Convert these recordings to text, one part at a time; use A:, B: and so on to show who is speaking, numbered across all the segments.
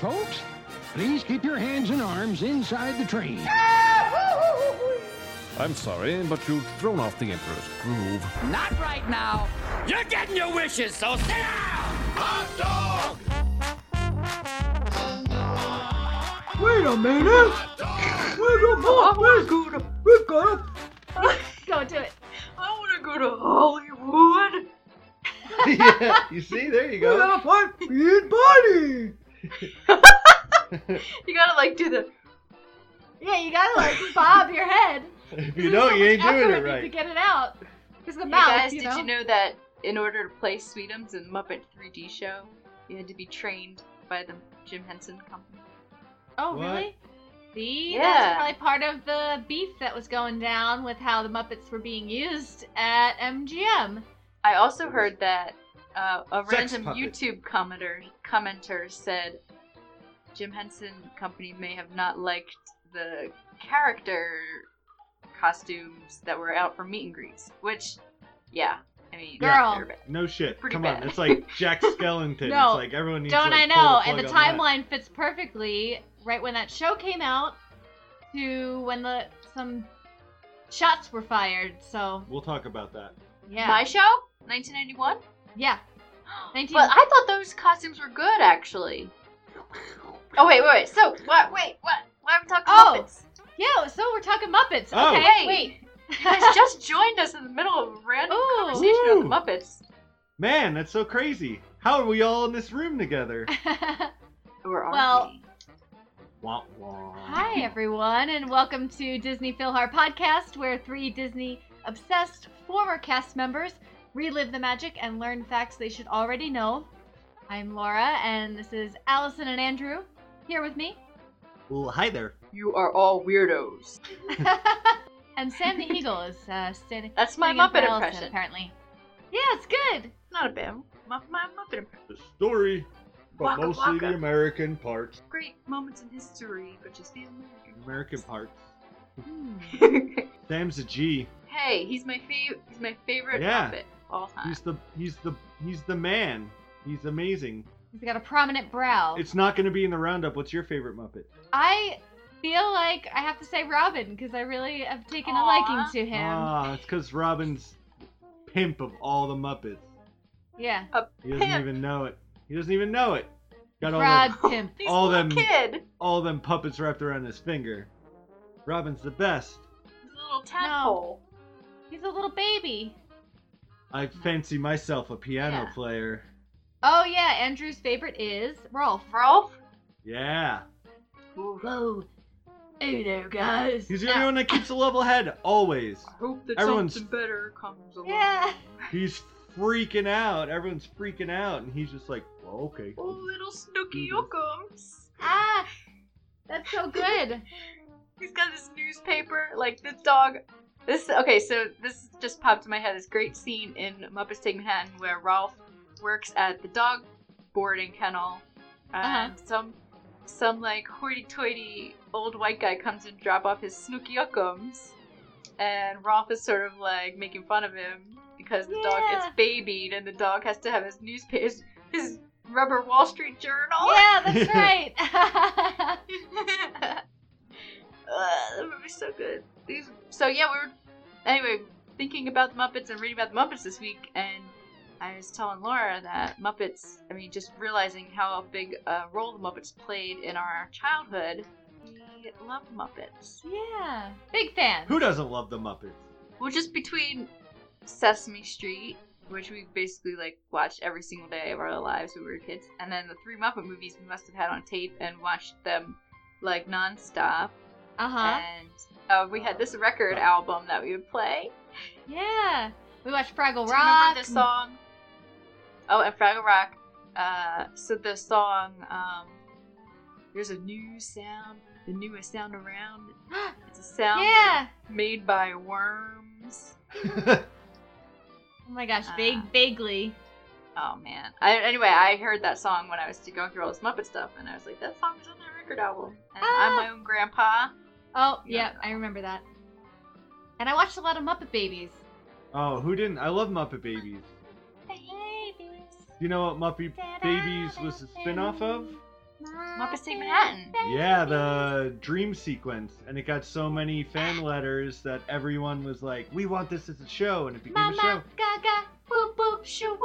A: folks. Please keep your hands and arms inside the train.
B: I'm sorry, but you've thrown off the Emperor's groove.
C: Not right now. You're getting your wishes, so sit down! Hot
D: dog! Wait a minute! Wait a minute! We're gonna, we're gonna,
E: Don't do it.
D: I wanna go to Hollywood!
F: yeah, you see, there you
D: We're
F: go.
D: gonna find Pete Bunny!
E: You gotta like do the. Yeah, you gotta like bob your head.
F: If you don't, you ain't doing it
E: To
F: right.
E: get it out, because the
G: Hey
E: mouth.
G: guys,
E: you
G: did
E: know?
G: you know that in order to play Sweetums in Muppet 3D show, you had to be trained by the Jim Henson Company?
E: Oh,
F: What?
E: really? See,
G: Yeah.
E: that was probably part of the beef that was going down with how the Muppets were being used at MGM.
G: I also heard that uh, a
F: Sex
G: random
F: puppet.
G: YouTube commenter commenter said Jim Henson Company may have not liked the character costumes that were out for meet and greets, which, yeah, I mean,
E: Girl.
G: they're bad.
F: No shit.
G: Pretty
F: Come
G: bad.
F: on, it's like Jack Skellington.
E: No,
F: it's like everyone needs.
E: Don't
F: to, like,
E: I
F: pull
E: know?
F: the
E: And the
F: plug on that.
E: timeline fits perfectly right when that show came out to when the some shots were fired. So
F: We'll talk about that.
E: yeah,
G: My show, 1991.
E: yeah. 19
G: But I thought those costumes were good, actually. Oh wait, wait, wait. So what? Wait, what? Why are we talking
E: Oh.
G: Muppets?
E: Yeah, so we're talking Muppets.
F: Oh.
E: Okay,
G: Hey.
E: wait.
G: You guys just joined us in the middle of a random
E: Ooh.
G: conversation
F: Ooh.
G: on the Muppets.
F: Man, that's so crazy. How are we all in this room together?
G: Or are
E: Well,
G: we?
F: Womp womp.
E: Hi, everyone, and welcome to Disney Philhar Podcast, where three Disney obsessed former cast members relive the magic and learn facts they should already know. I'm Laura, and this is Allison and Andrew here with me,
F: Well, hi there.
G: you are all weirdos.
E: and Sam the Eagle is uh, standing.
G: That's my
E: sitting in for
G: Muppet
E: Allison,
G: impression.
E: apparently. Yeah, it's good.
G: Not a bad my, my Muppet impression.
F: The story, but
G: Waka
F: mostly the
G: waka.
F: American parts.
G: Great moments in history, but just the American.
F: American parts.
E: Hmm.
F: Sam's a G.
G: hey, he's my fav- He's my favorite
F: Yeah.
G: Muppet of all time.
F: He's the he's the he's the man. He's amazing.
E: He's got a prominent brow.
F: It's not going to be in the roundup. What's your favorite Muppet?
E: I feel like I have to say Robin because I really have taken a
G: Aw.
E: liking to him.
F: Ah, it's because Robin's pimp of all the Muppets.
E: yeah,
F: He doesn't
G: Pimp.
F: even know it. He doesn't even know it. Got all
E: Rod
F: them,
E: Pimp.
G: He's
F: all
G: a little
F: them-
G: kid.
F: all them puppets wrapped around his finger. Robin's the best.
G: He's a little tadpole.
E: He's a little baby.
F: I fancy myself a piano
G: Yeah.
F: player.
E: Oh yeah, Andrew's favorite is Rolf.
G: Rolf.
F: Yeah.
E: Whoa. Hey there, guys.
F: He's the only one that keeps a level head always.
G: I hope that
F: Everyone's-
G: something better comes along.
E: Yeah.
F: He's freaking out. Everyone's freaking out, and he's just like, well, okay.
G: Oh, little Snooky
F: Mhm.
G: Yookums.
E: Ah, that's so good.
G: He's got his newspaper. Like this dog. This okay. So this just popped in my head. This great scene in Muppets Take Manhattan where Ralph works at the dog boarding kennel,
E: Uh-huh.
G: and some some like hoity-toity old white guy comes and drop off his Snooky Yookums, and Ralph is sort of like making fun of him because the dog gets
E: Yeah.
G: babied and the dog has to have his newspaper, his, his rubber Wall Street Journal.
E: Yeah, that's right.
G: uh, that movie's so good. These, so yeah, we were anyway thinking about the Muppets and reading about the Muppets this week, and I was telling Laura that Muppets. I mean, just realizing how big a role the Muppets played in our childhood. We love Muppets.
E: yeah. Big fan.
F: Who doesn't love the Muppets?
G: Well, just between Sesame Street, which we basically like watched every single day of our lives when we were kids, and then the three Muppet movies we must have had on tape and watched them like nonstop.
E: Uh huh.
G: And uh, we had this record album that we would play.
E: Yeah. We watched Fraggle
G: Do you
E: Rock.
G: remember this song? Oh, and Fraggle Rock. Uh, so the song, um, there's a new sound, the newest sound around. It's a sound
E: yeah.
G: made by worms.
E: Oh my gosh,
G: Uh,
E: vague, vaguely.
G: Oh man. I, anyway, I heard that song when I was going through all this Muppet stuff, and I was like, that song is on that record album. And
E: Ah.
G: I'm my own grandpa.
E: Oh yeah,
G: yeah.
E: I remember that. And I watched a lot of Muppet Babies.
F: oh, who didn't? I love Muppet Babies.
E: Babies.
F: Do you know what Muppet Babies was a spin off of?
E: Muppet
G: Muppets Take Manhattan.
F: Yeah, the dream sequence, and it got so many fan letters that everyone was like, "We want this as a show," and it became a show.
E: Mama Gaga, boop boop chihuahua.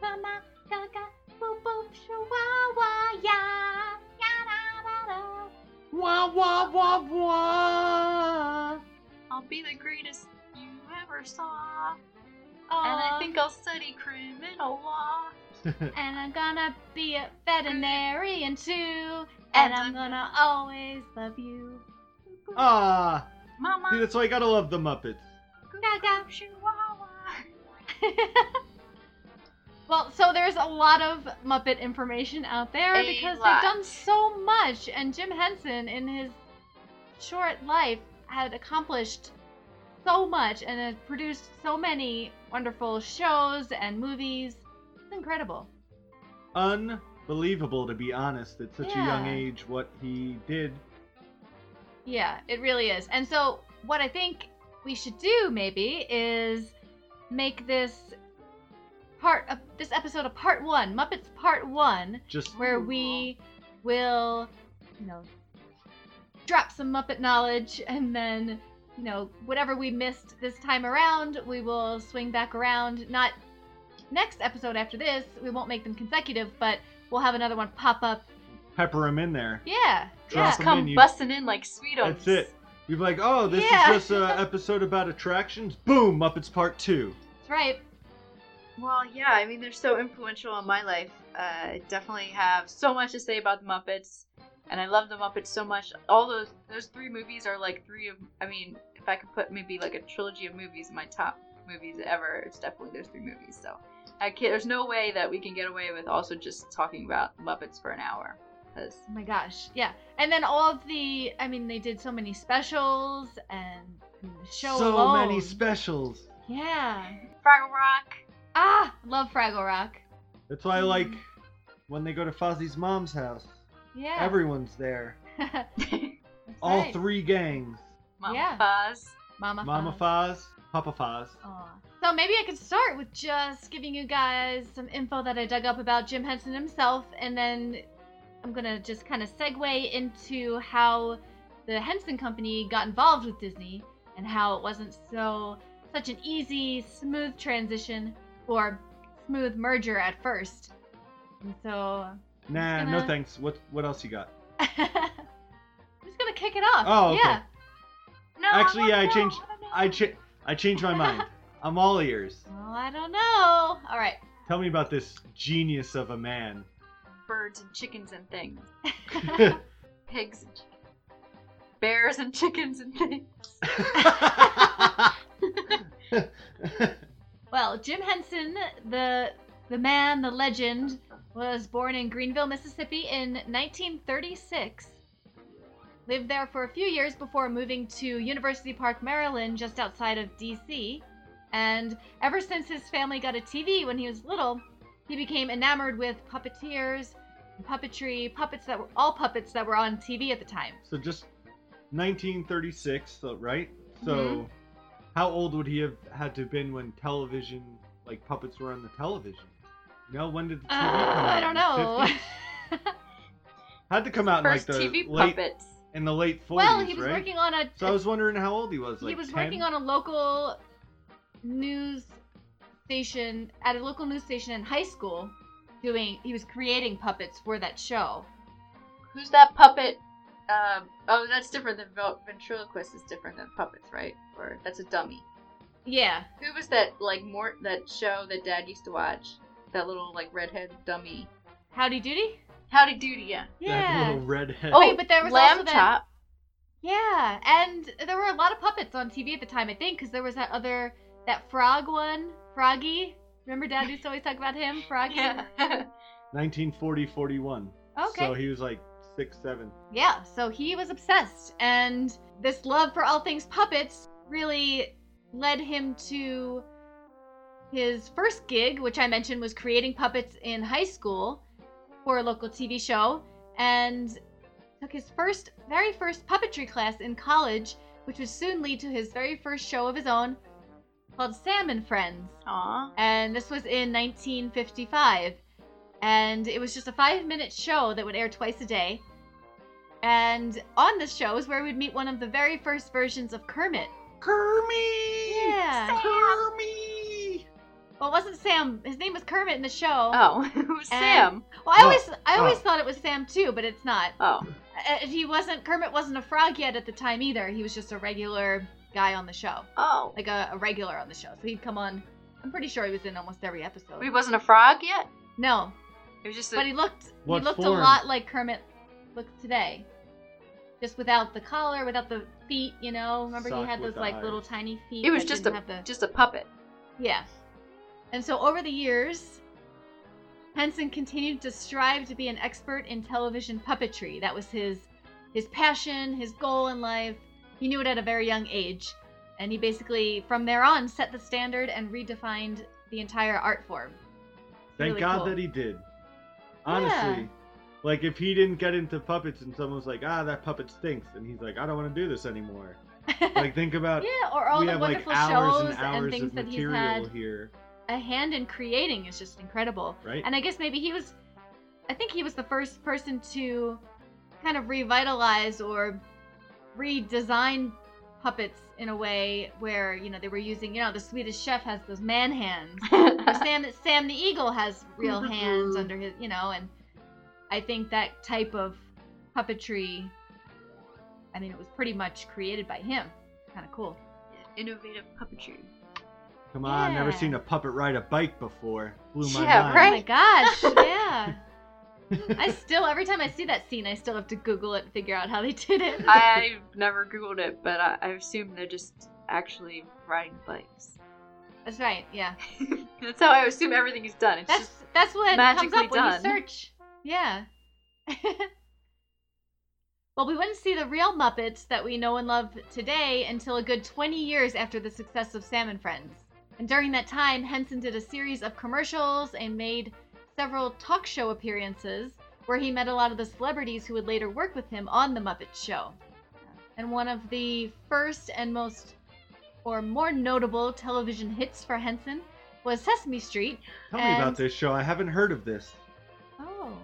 E: Mama Gaga, boop boop chihuahua. Yeah. Ya-da-da-da.
G: I'll be the greatest you ever saw. And I
E: Aw,
G: think I'll study criminal law.
E: and I'm gonna be a veterinarian too. And I'm gonna always love you.
F: Ah, see,
G: Mama,
F: that's why I gotta love the Muppets.
E: Gaga.
G: Chihuahua.
E: well, so there's a lot of Muppet information out there
G: A
E: because
G: lot.
E: they've done so much, and Jim Henson, in his short life, had accomplished so much and had produced so many wonderful shows and movies. It's incredible.
F: Unbelievable, to be honest, at such a young
E: Yeah.
F: age, what he did.
E: Yeah, it really is. And so, what I think we should do maybe is make this part of this episode of part one, Muppets Part One,
F: Just
E: where we will, you know, drop some Muppet knowledge and then, you know, whatever we missed this time around, we will swing back around. Not next episode after this, we won't make them consecutive, but we'll have another one pop up.
F: pepper him in there.
E: Yeah.
F: Drop
E: yeah.
F: Come
G: Come
F: in, you-
G: busting in like sweetums.
F: That's it. You'd be like, "Oh, this
E: Yeah.
F: is just an episode about attractions." Boom, Muppets Part Two.
E: That's right.
G: Well, yeah, I mean, they're so influential on my life. Uh, I definitely have so much to say about the Muppets, and I love the Muppets so much. All those those three movies are like three of. I mean, if I could put maybe like a trilogy of movies in my top movies ever, it's definitely those three movies. So, I can't, there's no way that we can get away with also just talking about Muppets for an hour. 'cause-
E: Oh my gosh, yeah. And then all of the, I mean, they did so many specials and I mean, the show
F: so
E: alone.
F: many specials.
E: yeah.
G: Fraggle Rock.
E: Ah, love Fraggle Rock.
F: That's
E: Hmm.
F: why I like when they go to Fozzie's mom's house.
E: Yeah.
F: Everyone's there.
E: That's
F: All
E: right.
F: three gangs.
G: Mama
E: Yeah.
G: Fuzz.
E: Mama. Oh,
F: Mama
E: Fun.
F: Foz, Papa Foz.
E: Aw. So maybe I could start with just giving you guys some info that I dug up about Jim Henson himself, and then I'm gonna just kind of segue into how the Henson Company got involved with Disney and how it wasn't so such an easy, smooth transition or smooth merger at first. And so
F: Nah, no
E: gonna-
F: thanks. What what else you got?
E: I'm just gonna kick it off.
F: Oh, okay.
E: yeah.
G: No,
F: Actually, yeah, I
G: wanna know,
F: changed-
G: wanna know.
F: I cha- I changed my mind. I'm all ears.
E: Well, I don't know. All right.
F: Tell me about this genius of a man.
G: birds and chickens and things. pigs and chickens. Bears and chickens and things.
E: Well, Jim Henson, the the man, the legend, was born in Greenville, Mississippi in 1936. Lived there for a few years before moving to University Park, Maryland, just outside of DC. And ever since his family got a TV when he was little, he became enamored with puppeteers, puppetry, puppets that were all puppets that were on TV at the time.
F: so just 1936, so, right?
E: Mm-hmm.
F: So how old would he have had to have been when television, like puppets were on the television? You know, when did the TV
E: Uh,
F: come out?
E: I don't
F: In the 50s?
E: know.
F: Had to come out in like
G: First
F: the
G: TV
F: late
G: puppets.
F: in the late 40s,
E: well, he was
F: right?
E: working on a
F: so I was wondering how old he was. Like
E: he was
F: 10?
E: working on a local news station at a local news station in high school doing he was creating puppets for that show
G: Who's that puppet? Um, oh, that's different than vel- ventriloquist. Is different than puppets, right? Or that's a dummy.
E: yeah
G: Who was that? Like more that show that Dad used to watch. That little like redhead dummy.
E: howdy doody
G: Howdy Doody, yeah.
F: That
E: yeah
F: little redhead.
G: Oh,
E: Wait, but there was
G: lamb
E: also that-
G: chop.
E: yeah and there were a lot of puppets on tv at the time i think because there was that other that frog one froggy remember dad used to always talk about him froggy
G: Yeah.
F: 1940, 41.
E: okay
F: So he was like six, seven.
E: Yeah, so he was obsessed, and this love for all things puppets really led him to his first gig, which I mentioned was creating puppets in high school for a local TV show, and took his first, very first puppetry class in college, which would soon lead to his very first show of his own called Sam and Friends
G: Aw.
E: and this was in 1955. And it was just a five minute show that would air twice a day. And on this show is where we'd meet one of the very first versions of Kermit.
F: Kermit!
E: Yeah.
F: Kermit!
E: Well, it wasn't Sam. His name was Kermit in the show.
G: Oh, who's Sam?
E: Well, I
F: Oh,
E: always, I always
F: oh.
E: thought it was Sam too, but it's not.
G: Oh,
E: Uh, He wasn't. Kermit wasn't a frog yet at the time either. He was just a regular guy on the show,
G: oh.
E: like a, a regular on the show. So he'd come on. I'm pretty sure he was in almost every episode.
G: He wasn't a frog yet.
E: no,
G: It was just a.
E: but he looked.
F: What
E: he looked
F: form?
E: a lot like Kermit looked today, just without the collar, without the feet. You know, remember he
F: Sock
E: had
F: with
E: those
F: the
E: like
F: eyes.
E: little tiny feet.
G: It was
E: that
G: just
E: didn't
G: a
E: have the-
G: just a puppet.
E: Yeah. And so over the years, Henson continued to strive to be an expert in television puppetry. That was his his passion, his goal in life. He knew it at a very young age, and he basically from there on set the standard and redefined the entire art form. It's
F: Thank
E: really
F: God
E: cool.
F: that he did. Honestly. Like if he didn't get into puppets and someone was like, ah, that puppet stinks, and he's like, I don't want to do this anymore. Like think about
E: yeah, or all
F: we
E: the
F: have like
E: wonderful
F: hours
E: shows
F: and hours
E: things
F: of
E: that he's
F: material
E: had
F: here,
E: a hand in creating is just incredible.
F: right?
E: And I guess maybe he was, I think he was the first person to kind of revitalize or redesign puppets in a way where, you know, they were using, you know, the Swedish chef has those man hands. Or Sam, Sam the Eagle has real hands under his, you know, and I think that type of puppetry, I mean, it was pretty much created by him. Kind of cool.
G: Innovative puppetry.
F: Come on, never
E: yeah.
F: seen a puppet ride a bike before. Blew my
G: Yeah,
F: mind.
E: Oh my
G: right.
E: gosh, yeah. I still, every time I see that scene, I still have to Google it and figure out how they did it.
G: I've never googled it, but I, I assume they're just actually riding bikes.
E: That's right. Yeah.
G: That's how I assume everything is done. It's
E: That's
G: just
E: that's what comes
G: magically
E: up when you
G: done.
E: search. Yeah. well, we wouldn't see the real Muppets that we know and love today until a good 20 years after the success of Sam and Friends. And during that time, Henson did a series of commercials and made several talk show appearances where he met a lot of the celebrities who would later work with him on The Muppet Show. And one of the first and most or more notable television hits for Henson was Sesame Street,
F: Tell me about
E: And-
F: this show. I haven't heard of this.
E: Oh.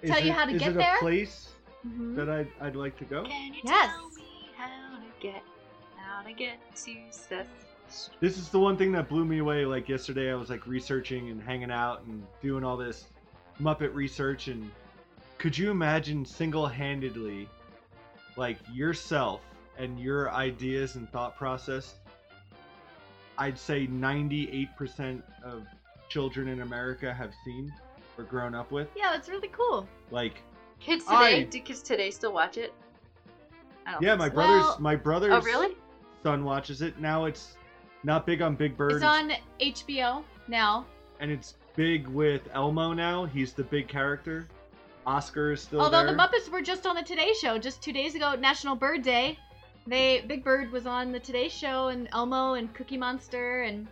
F: Is
E: Tell you
F: it-
E: how to
F: is
E: get
F: it
E: there?
F: a place
E: Mhm.
F: that I'd, I'd like to go?
G: Can you
E: Yes.
G: tell me how to get how to get to Seth? Street?
F: This is the one thing that blew me away. Like yesterday, I was like researching and hanging out and doing all this Muppet research. And could you imagine single handedly, like yourself and your ideas and thought process? I'd say 98% of children in America have seen or grown up with.
E: Yeah, that's really cool.
F: Like,
G: Kids today,
F: I-
G: do kids today still watch it? I don't
F: yeah,
G: think
F: my
G: so.
F: brother's
E: Oh, Well-
F: my brother's
G: Oh really?
F: son watches it. Now it's not big on Big Bird.
E: It's on HBO now.
F: and it's big with Elmo now. He's the big character. Oscar is still
E: Although
F: there.
E: the Muppets were just on the Today Show just two days ago, National Bird Day. They Big Bird was on the Today Show, and Elmo and Cookie Monster, and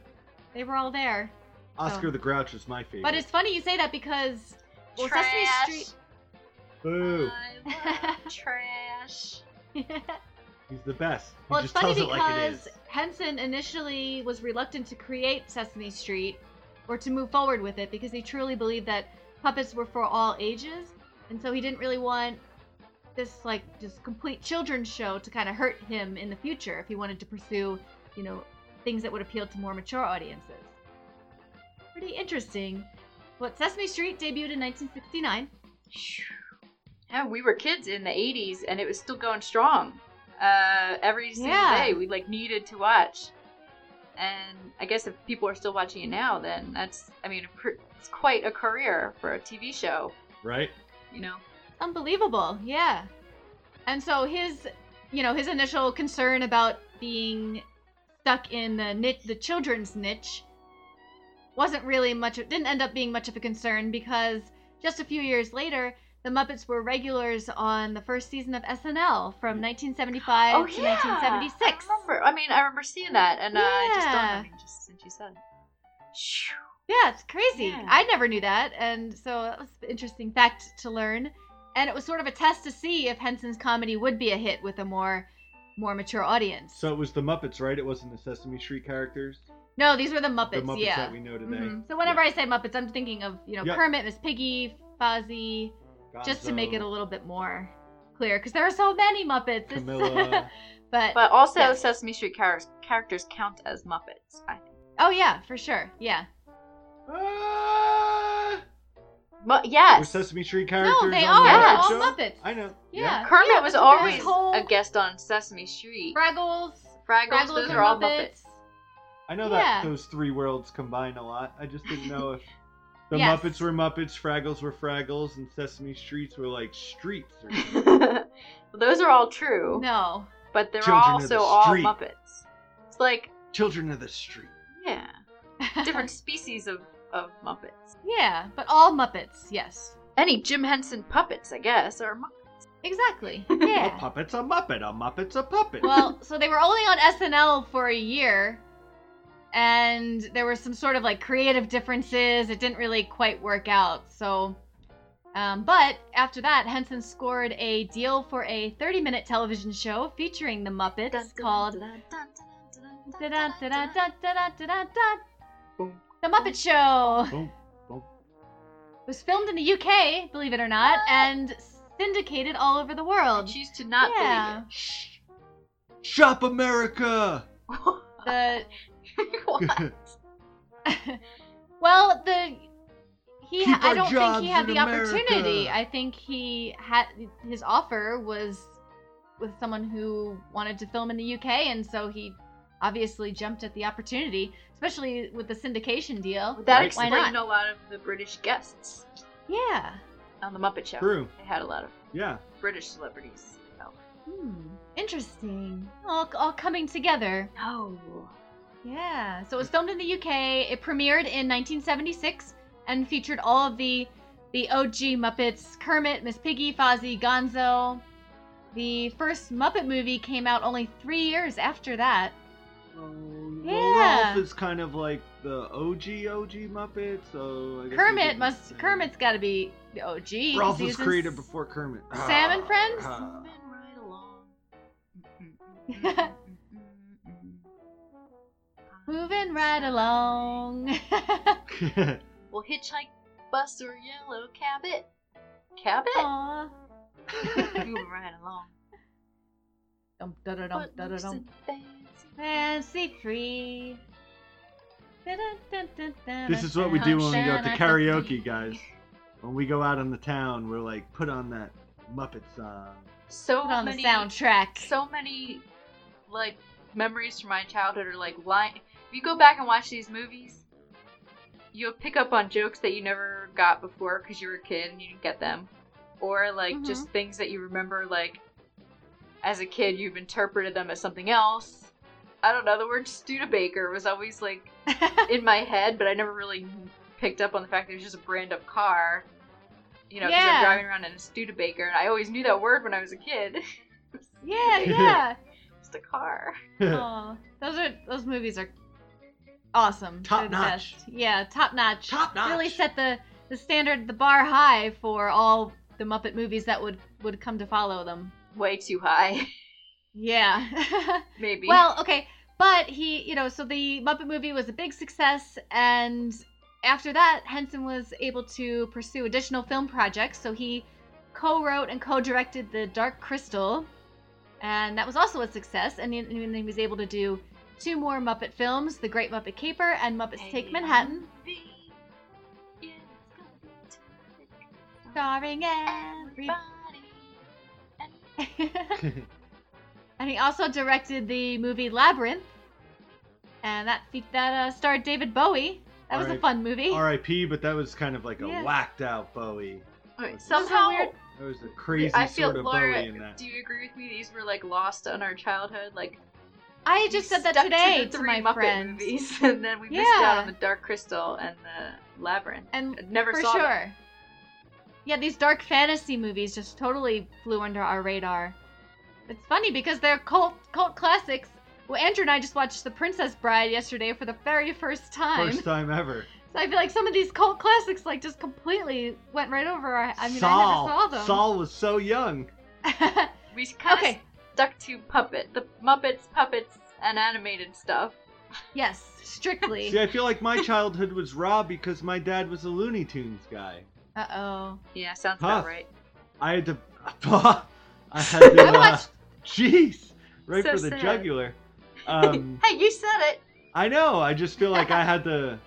E: they were all there.
F: Oscar the Grouch is my favorite.
E: But it's funny you say that because well, Sesame
G: trash.
E: Street.
F: Boo!
G: I love trash.
F: He's the best. He
E: well, it's
F: just
E: funny
F: tells it like it
E: because
F: is.
E: Henson initially was reluctant to create Sesame Street or to move forward with it because he truly believed that puppets were for all ages, and so he didn't really want this like just complete children's show to kind of hurt him in the future if he wanted to pursue, you know, things that would appeal to more mature audiences. Pretty interesting. But Sesame Street debuted in 1969.
G: Yeah, we were kids in the '80s, and it was still going strong. Uh, every single
E: Yeah.
G: day, we like needed to watch. And I guess if people are still watching it now, then that's I mean, pr- it's quite a career for a TV show,
F: Right?
G: you know.
E: Unbelievable, yeah. And so his, you know, his initial concern about being stuck in the niche, the children's niche, wasn't really much. Didn't end up being much of a concern because just a few years later, the Muppets were regulars on the first season of SNL from 1975
G: Mm. oh
E: to
G: yeah,
E: 1976.
G: I remember. I mean, I remember seeing that, and uh, I just don't.
E: Yeah.
G: I mean, just since you said. it. Shoo.
E: Yeah, it's crazy.
G: Yeah.
E: I never knew that. And so that was an interesting fact to learn. And it was sort of a test to see if Henson's comedy would be a hit with a more more mature audience.
F: So it was the Muppets, right? It wasn't the Sesame Street characters.
E: No, these were the
F: the
E: Muppets.
F: Muppets
E: yeah. Mm-hmm.
F: that we know today.
G: Mhm.
E: So whenever I say Muppets, I'm thinking of you know
F: Yep.
E: Kermit, Miss Piggy, Fozzie, just to make it a
F: Gonzo,
E: little bit more clear, because there are so many Muppets. It's-
F: Camilla.
E: but
G: But also,
E: Yeah.
G: Sesame Street char- characters count as Muppets. I think.
E: oh yeah, for sure. Yeah.
F: Ah!
G: But
F: Were
G: yes,
F: Sesame Street characters?
E: No, they are.
F: on the
E: They're
F: Muppet
E: all
F: Show?
E: Muppets.
F: I know.
E: Yeah.
G: Kermit
E: yeah,
G: was
E: that's what
G: always
E: there's whole-
G: a guest on Sesame Street.
E: Fraggles.
G: Fraggles,
E: Fraggles
G: those
E: and
G: are all
E: Muppets.
G: Muppets.
F: I know that
E: Yeah.
F: those three worlds combine a lot. I just didn't know if the
E: Yes.
F: Muppets were Muppets, Fraggles were Fraggles, and Sesame Streets were like streets. Or
G: those are all true,
E: No.
G: but they're
F: Children of the
G: also all
F: street.
G: Muppets. It's like,
F: Children of the Street.
G: yeah, different species of, of Muppets.
E: yeah, but all Muppets. Yes.
G: Any Jim Henson puppets, I guess, are Muppets.
E: Exactly.
F: A
E: Yeah.
F: puppet's a Muppet. A Muppet's a puppet.
E: well, so they were only on SNL for a year, and there were some sort of like creative differences. It didn't really quite work out. So, um, but after that, Henson scored a deal for a 30-minute television show featuring the Muppets called Da-dun, da-dun, da-dun, da-dun, da-dun, da-dun.
F: Boom.
E: The Muppet Show
F: Boom, boom.
E: was filmed in the UK, believe it or not, and syndicated all over the
G: I
E: world.
G: choose to not
E: yeah,
F: Shh. Shop America.
E: the
G: believe it. What?
E: well, the he
F: Keep
E: I
F: our
E: don't think
F: jobs
E: he had
F: in
E: the opportunity.
F: America.
E: I think he had his offer was with someone who wanted to film in the UK, and so he obviously jumped at the opportunity, especially with the syndication deal.
F: Right.
G: That
E: Why
G: explained a
E: not?
G: lot of the British guests
E: Yeah.
G: on the Muppet Show.
F: True.
G: They had a lot of
F: Yeah.
G: British celebrities. Oh.
E: Hmm. Interesting. All, all coming together.
G: No.
E: Oh. Yeah. So it was filmed in the UK. It premiered in 1976 and featured all of the the OG Muppets: Kermit, Miss Piggy, Fozzie, Gonzo. The first Muppet movie came out only three years after that.
F: Um,
E: Yeah.
F: Well, Ralph is kind of like the OG OG Muppet, so I guess we
E: Kermit
F: did the
E: must.
F: same.
E: Kermit's got to be the OG. 'cause
F: Ralph
E: he
F: was
E: in
F: created
E: s-
F: before Kermit.
E: Sam and Friends?
F: Ah.
G: Moving right along. Mm-mm-mm-mm-mm-mm-mm-mm.
E: Moving right along.
G: Well, hitchhike, bus, or yellow cabot. Cabot?
E: Aw.
F: ah.
G: Moving right along.
E: Dum, da-da-dum,
G: What looks
E: da-da-dum.
G: fancy?
E: Fancy free.
F: this is what we do when we go to karaoke, guys. When we go out on the town, we're like, put on that Muppet song.
G: So
E: Put on the
G: many
E: soundtrack.
G: so many like memories from my childhood are like lying if you go back and watch these movies you'll pick up on jokes that you never got before because you were a kid and you didn't get them or like just things that you remember like as a kid you've interpreted them as something else i don't know the word studebaker was always like in my head but i never really picked up on the fact that it was just a brand of car you know because
E: Yeah.
G: i'm driving around in a studebaker and i always knew that word when i was a kid
E: yeah, yeah.
G: just a car.
E: Aw, those are those movies are awesome.
F: Top
E: They're the
F: notch.
E: best. Yeah, top notch.
F: Top notch.
E: Really set the the standard, the bar high for all the Muppet movies that would would come to follow them.
G: Way too high,
E: Yeah.
G: maybe.
E: Well, okay, but he, you know, so the Muppet movie was a big success, and after that, Henson was able to pursue additional film projects. So he co-wrote and co-directed The Dark Crystal, and that was also a success. And then and then he was able to do two more Muppet films: The Great Muppet Caper and Muppets Take Manhattan, starring every. And he also directed the movie Labyrinth, and that fe- that uh, starred David Bowie. That was a
F: Alright.
E: fun movie.
F: R.I.P. But that was kind of like a
E: Yeah.
F: whacked out Bowie.
G: Alright,
F: Those are
G: Somehow,
E: weird.
F: That was a crazy
G: I feel
F: sort of
G: Laura.
F: Bowie in that.
G: Do you agree with me? These were like lost on our childhood. Like
E: I
G: we
E: just said that
G: stuck to the
E: today to,
G: three
E: my
G: Muppet
E: friend,
G: movies, and then we missed out
E: Yeah.
G: on the Dark Crystal and the Labyrinth.
E: and
G: I never
E: for
G: saw
E: sure.
G: them.
E: Yeah, these dark fantasy movies just totally flew under our radar. It's funny because they're cult cult classics. Well, Andrew and I just watched The Princess Bride yesterday for the very first time.
F: First time ever.
E: So I feel like some of these cult classics like just completely went right over our. I mean,
F: Saul.
E: I never saw them.
F: Saul was so young.
G: We kind of
E: okay.
G: stuck to puppet, the Muppets, puppets, and animated stuff.
E: Yes, strictly.
F: See, I feel like my childhood was robbed because my dad was a Looney Tunes guy.
E: Uh oh.
G: Yeah, sounds
F: Huh.
G: about right.
F: I had to. I had to.
E: I
F: uh,
E: watched.
F: Jeez, right
G: So
F: for the
G: sad.
F: jugular. Um,
G: Hey, you said it.
F: I know. I just feel like I had to
E: You had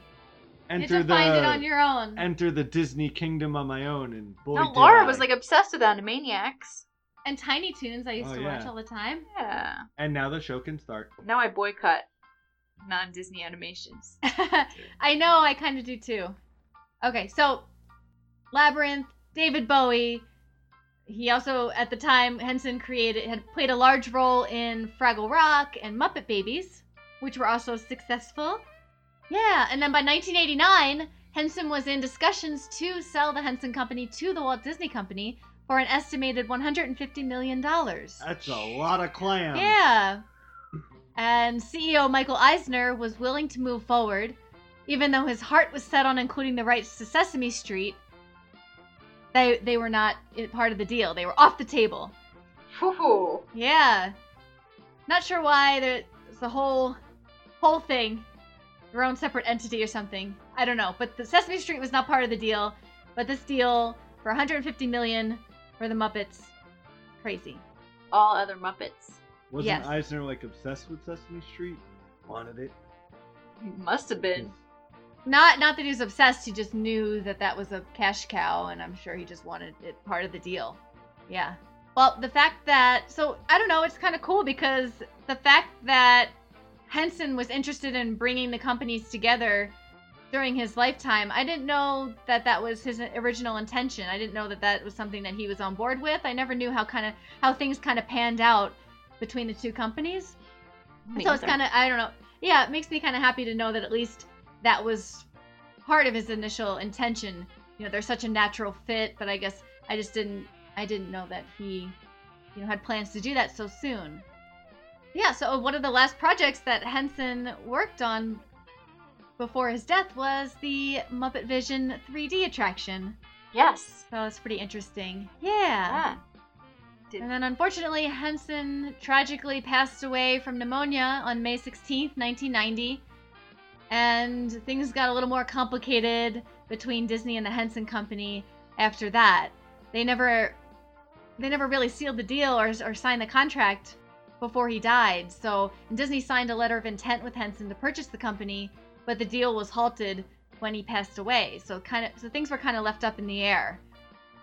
F: enter
E: to
F: the
E: find it on your own.
F: enter the Disney kingdom on my own, and boy,
G: No,
F: did
G: Laura
F: I.
G: was like obsessed with Animaniacs.
E: and Tiny Toons I used
F: Oh,
E: to watch
F: yeah.
E: all the time.
G: Yeah.
F: And now the show can start.
G: Now I boycott non-Disney animations.
E: I know, I kind of do too. Okay, so Labyrinth, David Bowie. He also, at the time, Henson created had played a large role in Fraggle Rock and Muppet Babies, which were also successful. Yeah, and then by 1989, Henson was in discussions to sell the Henson Company to the Walt Disney Company for an estimated 150 million dollars.
F: That's a lot of clams.
E: Yeah. And CEO Michael Eisner was willing to move forward, even though his heart was set on including the rights to Sesame Street. They they were not i- part of the deal. They were off the table.
G: Whew.
E: Yeah. Not sure why there's the whole whole thing, their own separate entity or something. I don't know. But the Sesame Street was not part of the deal. But this deal for 150 million for the Muppets, crazy.
G: All other Muppets.
F: Wasn't
E: Yes.
F: Eisner like obsessed with Sesame Street? Wanted it. Hmm.
G: Must have been.
E: Not not that he was obsessed, he just knew that that was a cash cow and I'm sure he just wanted it part of the deal. Yeah. Well, the fact that so I don't know, it's kind of cool because the fact that Henson was interested in bringing the companies together during his lifetime, I didn't know that that was his original intention. I didn't know that that was something that he was on board with. I never knew how kind of how things kind of panned out between the two companies. So it's kind of Hmm. I don't know. Yeah, it makes me kind of happy to know that at least that was part of his initial intention. You know, they're such a natural fit, but I guess I just didn't I didn't know that he you know had plans to do that so soon. Yeah, so one of the last projects that Henson worked on before his death was the Muppet Vision 3D attraction.
G: Yes.
E: So it's pretty interesting.
G: Yeah.
E: Ah. And then unfortunately, Henson tragically passed away from pneumonia on May 16th, 1990. And things got a little more complicated between Disney and the Henson Company after that. They never they never really sealed the deal or, or signed the contract before he died. So and Disney signed a letter of intent with Henson to purchase the company, but the deal was halted when he passed away. So kind of so things were kind of left up in the air.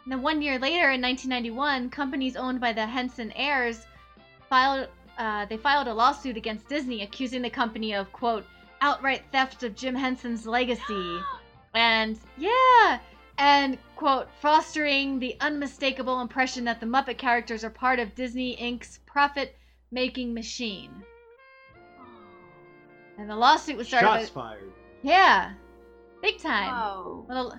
E: And then one year later, in 1991, companies owned by the Henson heirs filed uh, they filed a lawsuit against Disney, accusing the company of quote outright theft of Jim Henson's legacy, and yeah, and quote fostering the unmistakable impression that the Muppet characters are part of Disney Inc.'s profit-making machine. And the lawsuit was started.
F: Shots
E: by-
F: fired.
E: yeah, big time.
G: Oh.
E: Well, the-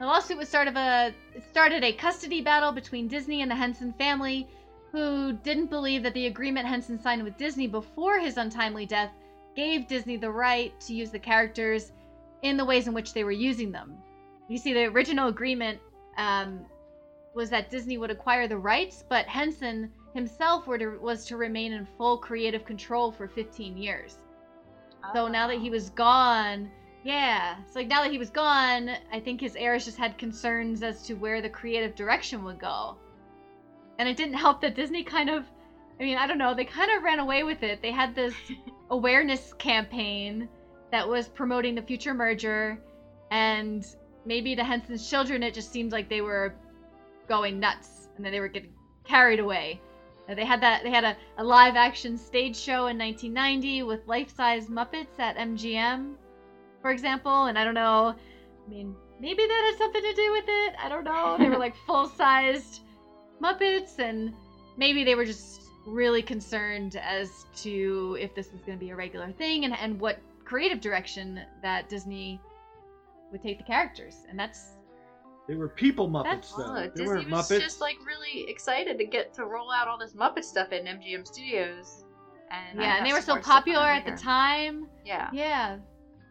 E: the lawsuit was sort of a it started a custody battle between Disney and the Henson family, who didn't believe that the agreement Henson signed with Disney before his untimely death gave Disney the right to use the characters in the ways in which they were using them. You see, the original agreement um, was that Disney would acquire the rights, but Henson himself were to, was to remain in full creative control for 15 years. So now that
G: Oh.
E: he was gone, yeah. So like now that he was gone, I think his heirs just had concerns as to where the creative direction would go. And it didn't help that Disney kind of I mean, I don't know, they kind of ran away with it. They had this awareness campaign that was promoting the future merger and maybe to Henson's children it just seemed like they were going nuts and then they were getting carried away. Uh, They had that. They had a, a live action stage show in 1990 with life size Muppets at MGM, for example. And I don't know. I mean, maybe that had something to do with it. I don't know. They were like full sized Muppets, and maybe they were just really concerned as to if this was going to be a regular thing and and what creative direction that Disney would take the characters. And that's
F: They were people Muppets
E: That's-
F: though.
G: Oh,
F: they
G: Disney
F: weren't
G: was
F: Muppets.
G: just like really excited to get to roll out all this Muppet stuff in MGM Studios. And I
E: yeah.
G: have
E: And they were
G: some
E: so
G: more stuff
E: popular
G: over
E: at the
G: here.
E: time.
G: Yeah.
E: Yeah.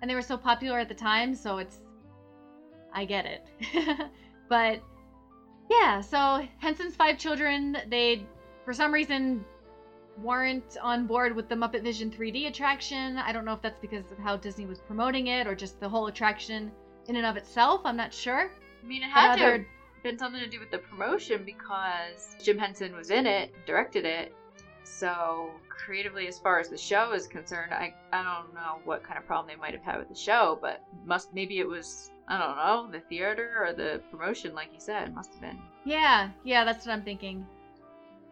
E: And they were so popular at the time, so it's I get it. but yeah, so Henson's five children, they for some reason weren't on board with the Muppet Vision 3D attraction. I don't know if that's because of how Disney was promoting it or just the whole attraction in and of itself. I'm not sure.
G: I mean, it
E: But
G: had to
E: other-
G: have been something to do with the promotion because Jim Henson was in it, directed it. So creatively, as far as the show is concerned, I I don't know what kind of problem they might have had with the show, but must maybe it was I don't know the theater or the promotion, like you said, must have been.
E: Yeah, yeah, that's what I'm thinking.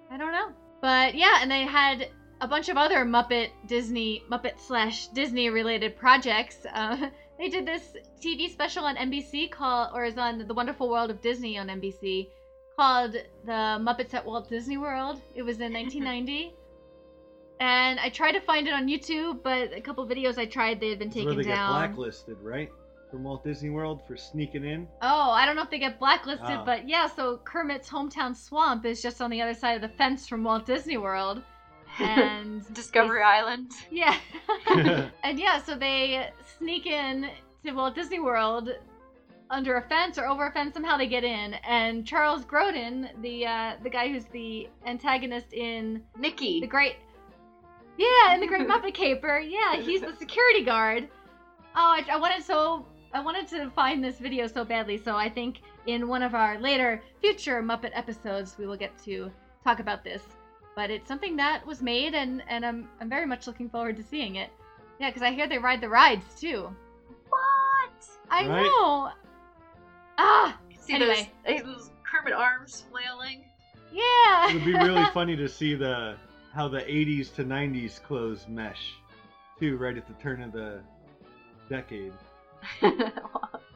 E: I don't know. But yeah, and they had a bunch of other Muppet Disney, Muppet slash Disney related projects. Uh, they did this TV special on NBC called, or is on The Wonderful World of Disney on NBC, called The Muppets at Walt Disney World. It was in 1990. And I tried to find it on YouTube, but a couple videos I tried, they had been
F: That's where
E: taken
F: they get
E: down.
F: blacklisted, right? From Walt Disney World for sneaking in.
E: Oh, I don't know if they get blacklisted,
F: Oh.
E: but yeah, so Kermit's hometown swamp is just on the other side of the fence from Walt Disney World. And
G: Discovery Island.
E: yeah. and yeah, so they sneak in to Walt Disney World under a fence or over a fence somehow they get in and Charles Grodin, the uh, the guy who's the antagonist in
G: Nikki.
E: the great, yeah, and the Great Muppet Caper. Yeah, he's the security guard. Oh, I, I wanted so I wanted to find this video so badly. So I think in one of our later future Muppet episodes we will get to talk about this. But it's something that was made, and and I'm I'm very much looking forward to seeing it. Yeah, because I hear they ride the rides too.
G: What?
E: I
F: Right.
E: know. Ah,
G: See
E: Anyway.
G: those, those Kermit arms flailing.
E: yeah.
F: it would be really funny to see the how the 80s to 90s clothes mesh, too, right at the turn of the decade.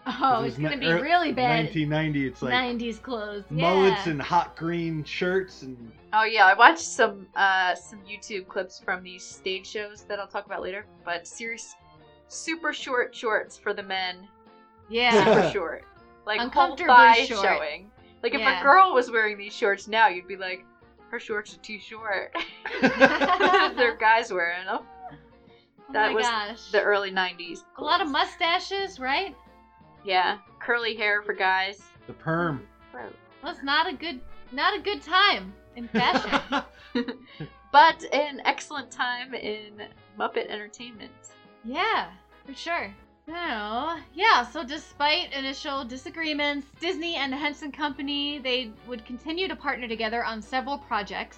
E: oh, it's gonna be really bad.
F: 1990, it's er, like
E: 90s clothes.
F: mullets
E: yeah.
F: and hot green shirts and
G: Oh yeah, I watched some uh, some YouTube clips from these stage shows that I'll talk about later. But serious, super short shorts for the men,
E: yeah.
G: super short, like whole
E: Uncomfortably
G: thigh
E: short.
G: showing. Like if
E: Yeah.
G: a girl was wearing these shorts now, you'd be like, her shorts are too short. Their guys wearing them.
E: Oh
G: That
E: my
G: was
E: gosh.
G: The early '90s.
E: a lot of mustaches, right?
G: Yeah, curly hair for guys.
F: the perm.
E: That's not a good not a good time in fashion.
G: But an excellent time in Muppet entertainment.
E: yeah, for sure. So yeah, so despite initial disagreements, Disney and the Henson Company they would continue to partner together on several projects,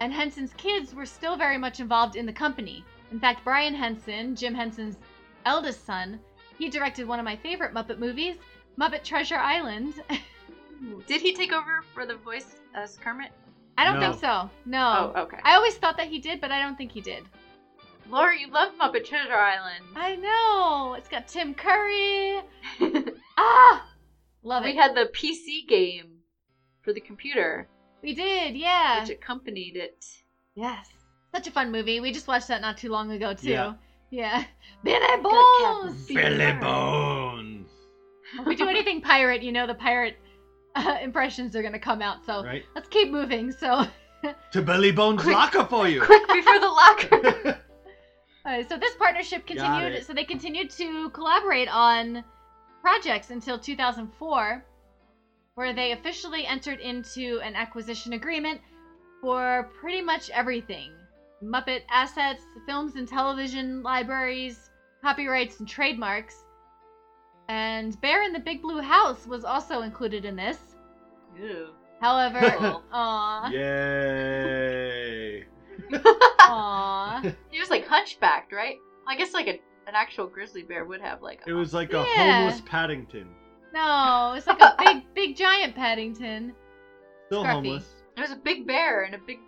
E: and Henson's kids were still very much involved in the company. In fact, Brian Henson, Jim Henson's eldest son, he directed one of my favorite Muppet movies, Muppet Treasure Island. Hmm.
G: Did he take over for the voice as Kermit?
E: I don't
F: No.
E: think so. No.
G: Oh, okay.
E: I always thought that he did, but I don't think he did.
G: Laura, you love Muppet Treasure Island.
E: I know. It's got Tim Curry. Ah, love it.
G: we had the PC game for the computer,
E: we did, yeah.
G: which accompanied it.
E: yes, such a fun movie. We just watched that not too long ago too. Yeah,
F: Yeah.
E: Billy Bones.
G: Billy
F: Bones.
E: If we do anything pirate, you know the pirate uh, impressions are gonna come out. So
F: Right?
E: let's keep moving. So,
F: To Billy Bones
G: Quick.
F: locker for you.
G: Quick before the locker.
E: uh, so this partnership
F: Got
E: continued.
F: it.
E: So they continued to collaborate on projects until 2004, where they officially entered into an acquisition agreement for pretty much everything Muppet assets, films and television libraries, copyrights, and trademarks. And Bear in the Big Blue House was also included in this.
G: Ew.
E: However,
G: Cool.
E: aw,
F: Yay.
E: aw.
G: He was like hunchbacked, right? I guess like a, an actual grizzly bear would have like.
F: It was like a
E: Yeah.
F: homeless Paddington.
E: No, it's like a big, big giant Paddington.
F: Still
E: Scruffy.
F: homeless.
G: It was a big bear and a big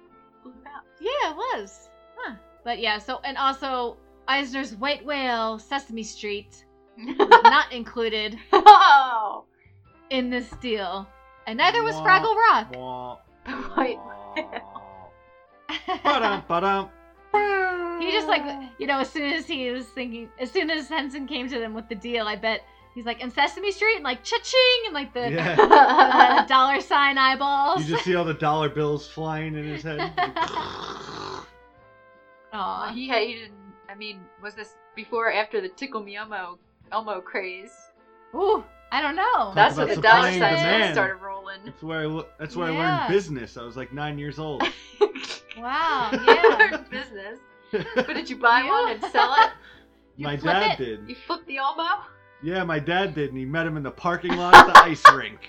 G: blue mouse.
E: Yeah, it was. Huh. But yeah, so and also Eisner's White Whale, Sesame Street, was not included
G: oh,
E: in this deal, and neither was Fraggle Rock.
F: Wah,
G: the white.
F: wah. uh, Ba-dum, ba-dum.
E: he just like you know, as soon as he was thinking, as soon as Henson came to them with the deal, I bet he's like, and Sesame Street, and like cha-ching, and like the
F: Yeah.
E: uh, dollar sign eyeballs.
F: You just see all the dollar bills flying in his head.
E: Aw.
G: he hated. I mean, was this before or after the Tickle Me Elmo Elmo craze?
E: Ooh, I don't know.
F: That-
G: That's
F: about
G: when the dollar
E: supplying
G: signs
E: demand.
G: started rolling.
F: That's where I. lo- That's where I
E: Yeah.
F: learned business. I was like nine years old.
E: Wow. Yeah.
G: business. But did you buy
E: Yeah.
G: one and sell it? You
F: my
G: flip
F: dad
G: it?
F: did.
G: You flip the elbow?
F: Yeah, my dad did, and he met him in the parking lot at the ice rink.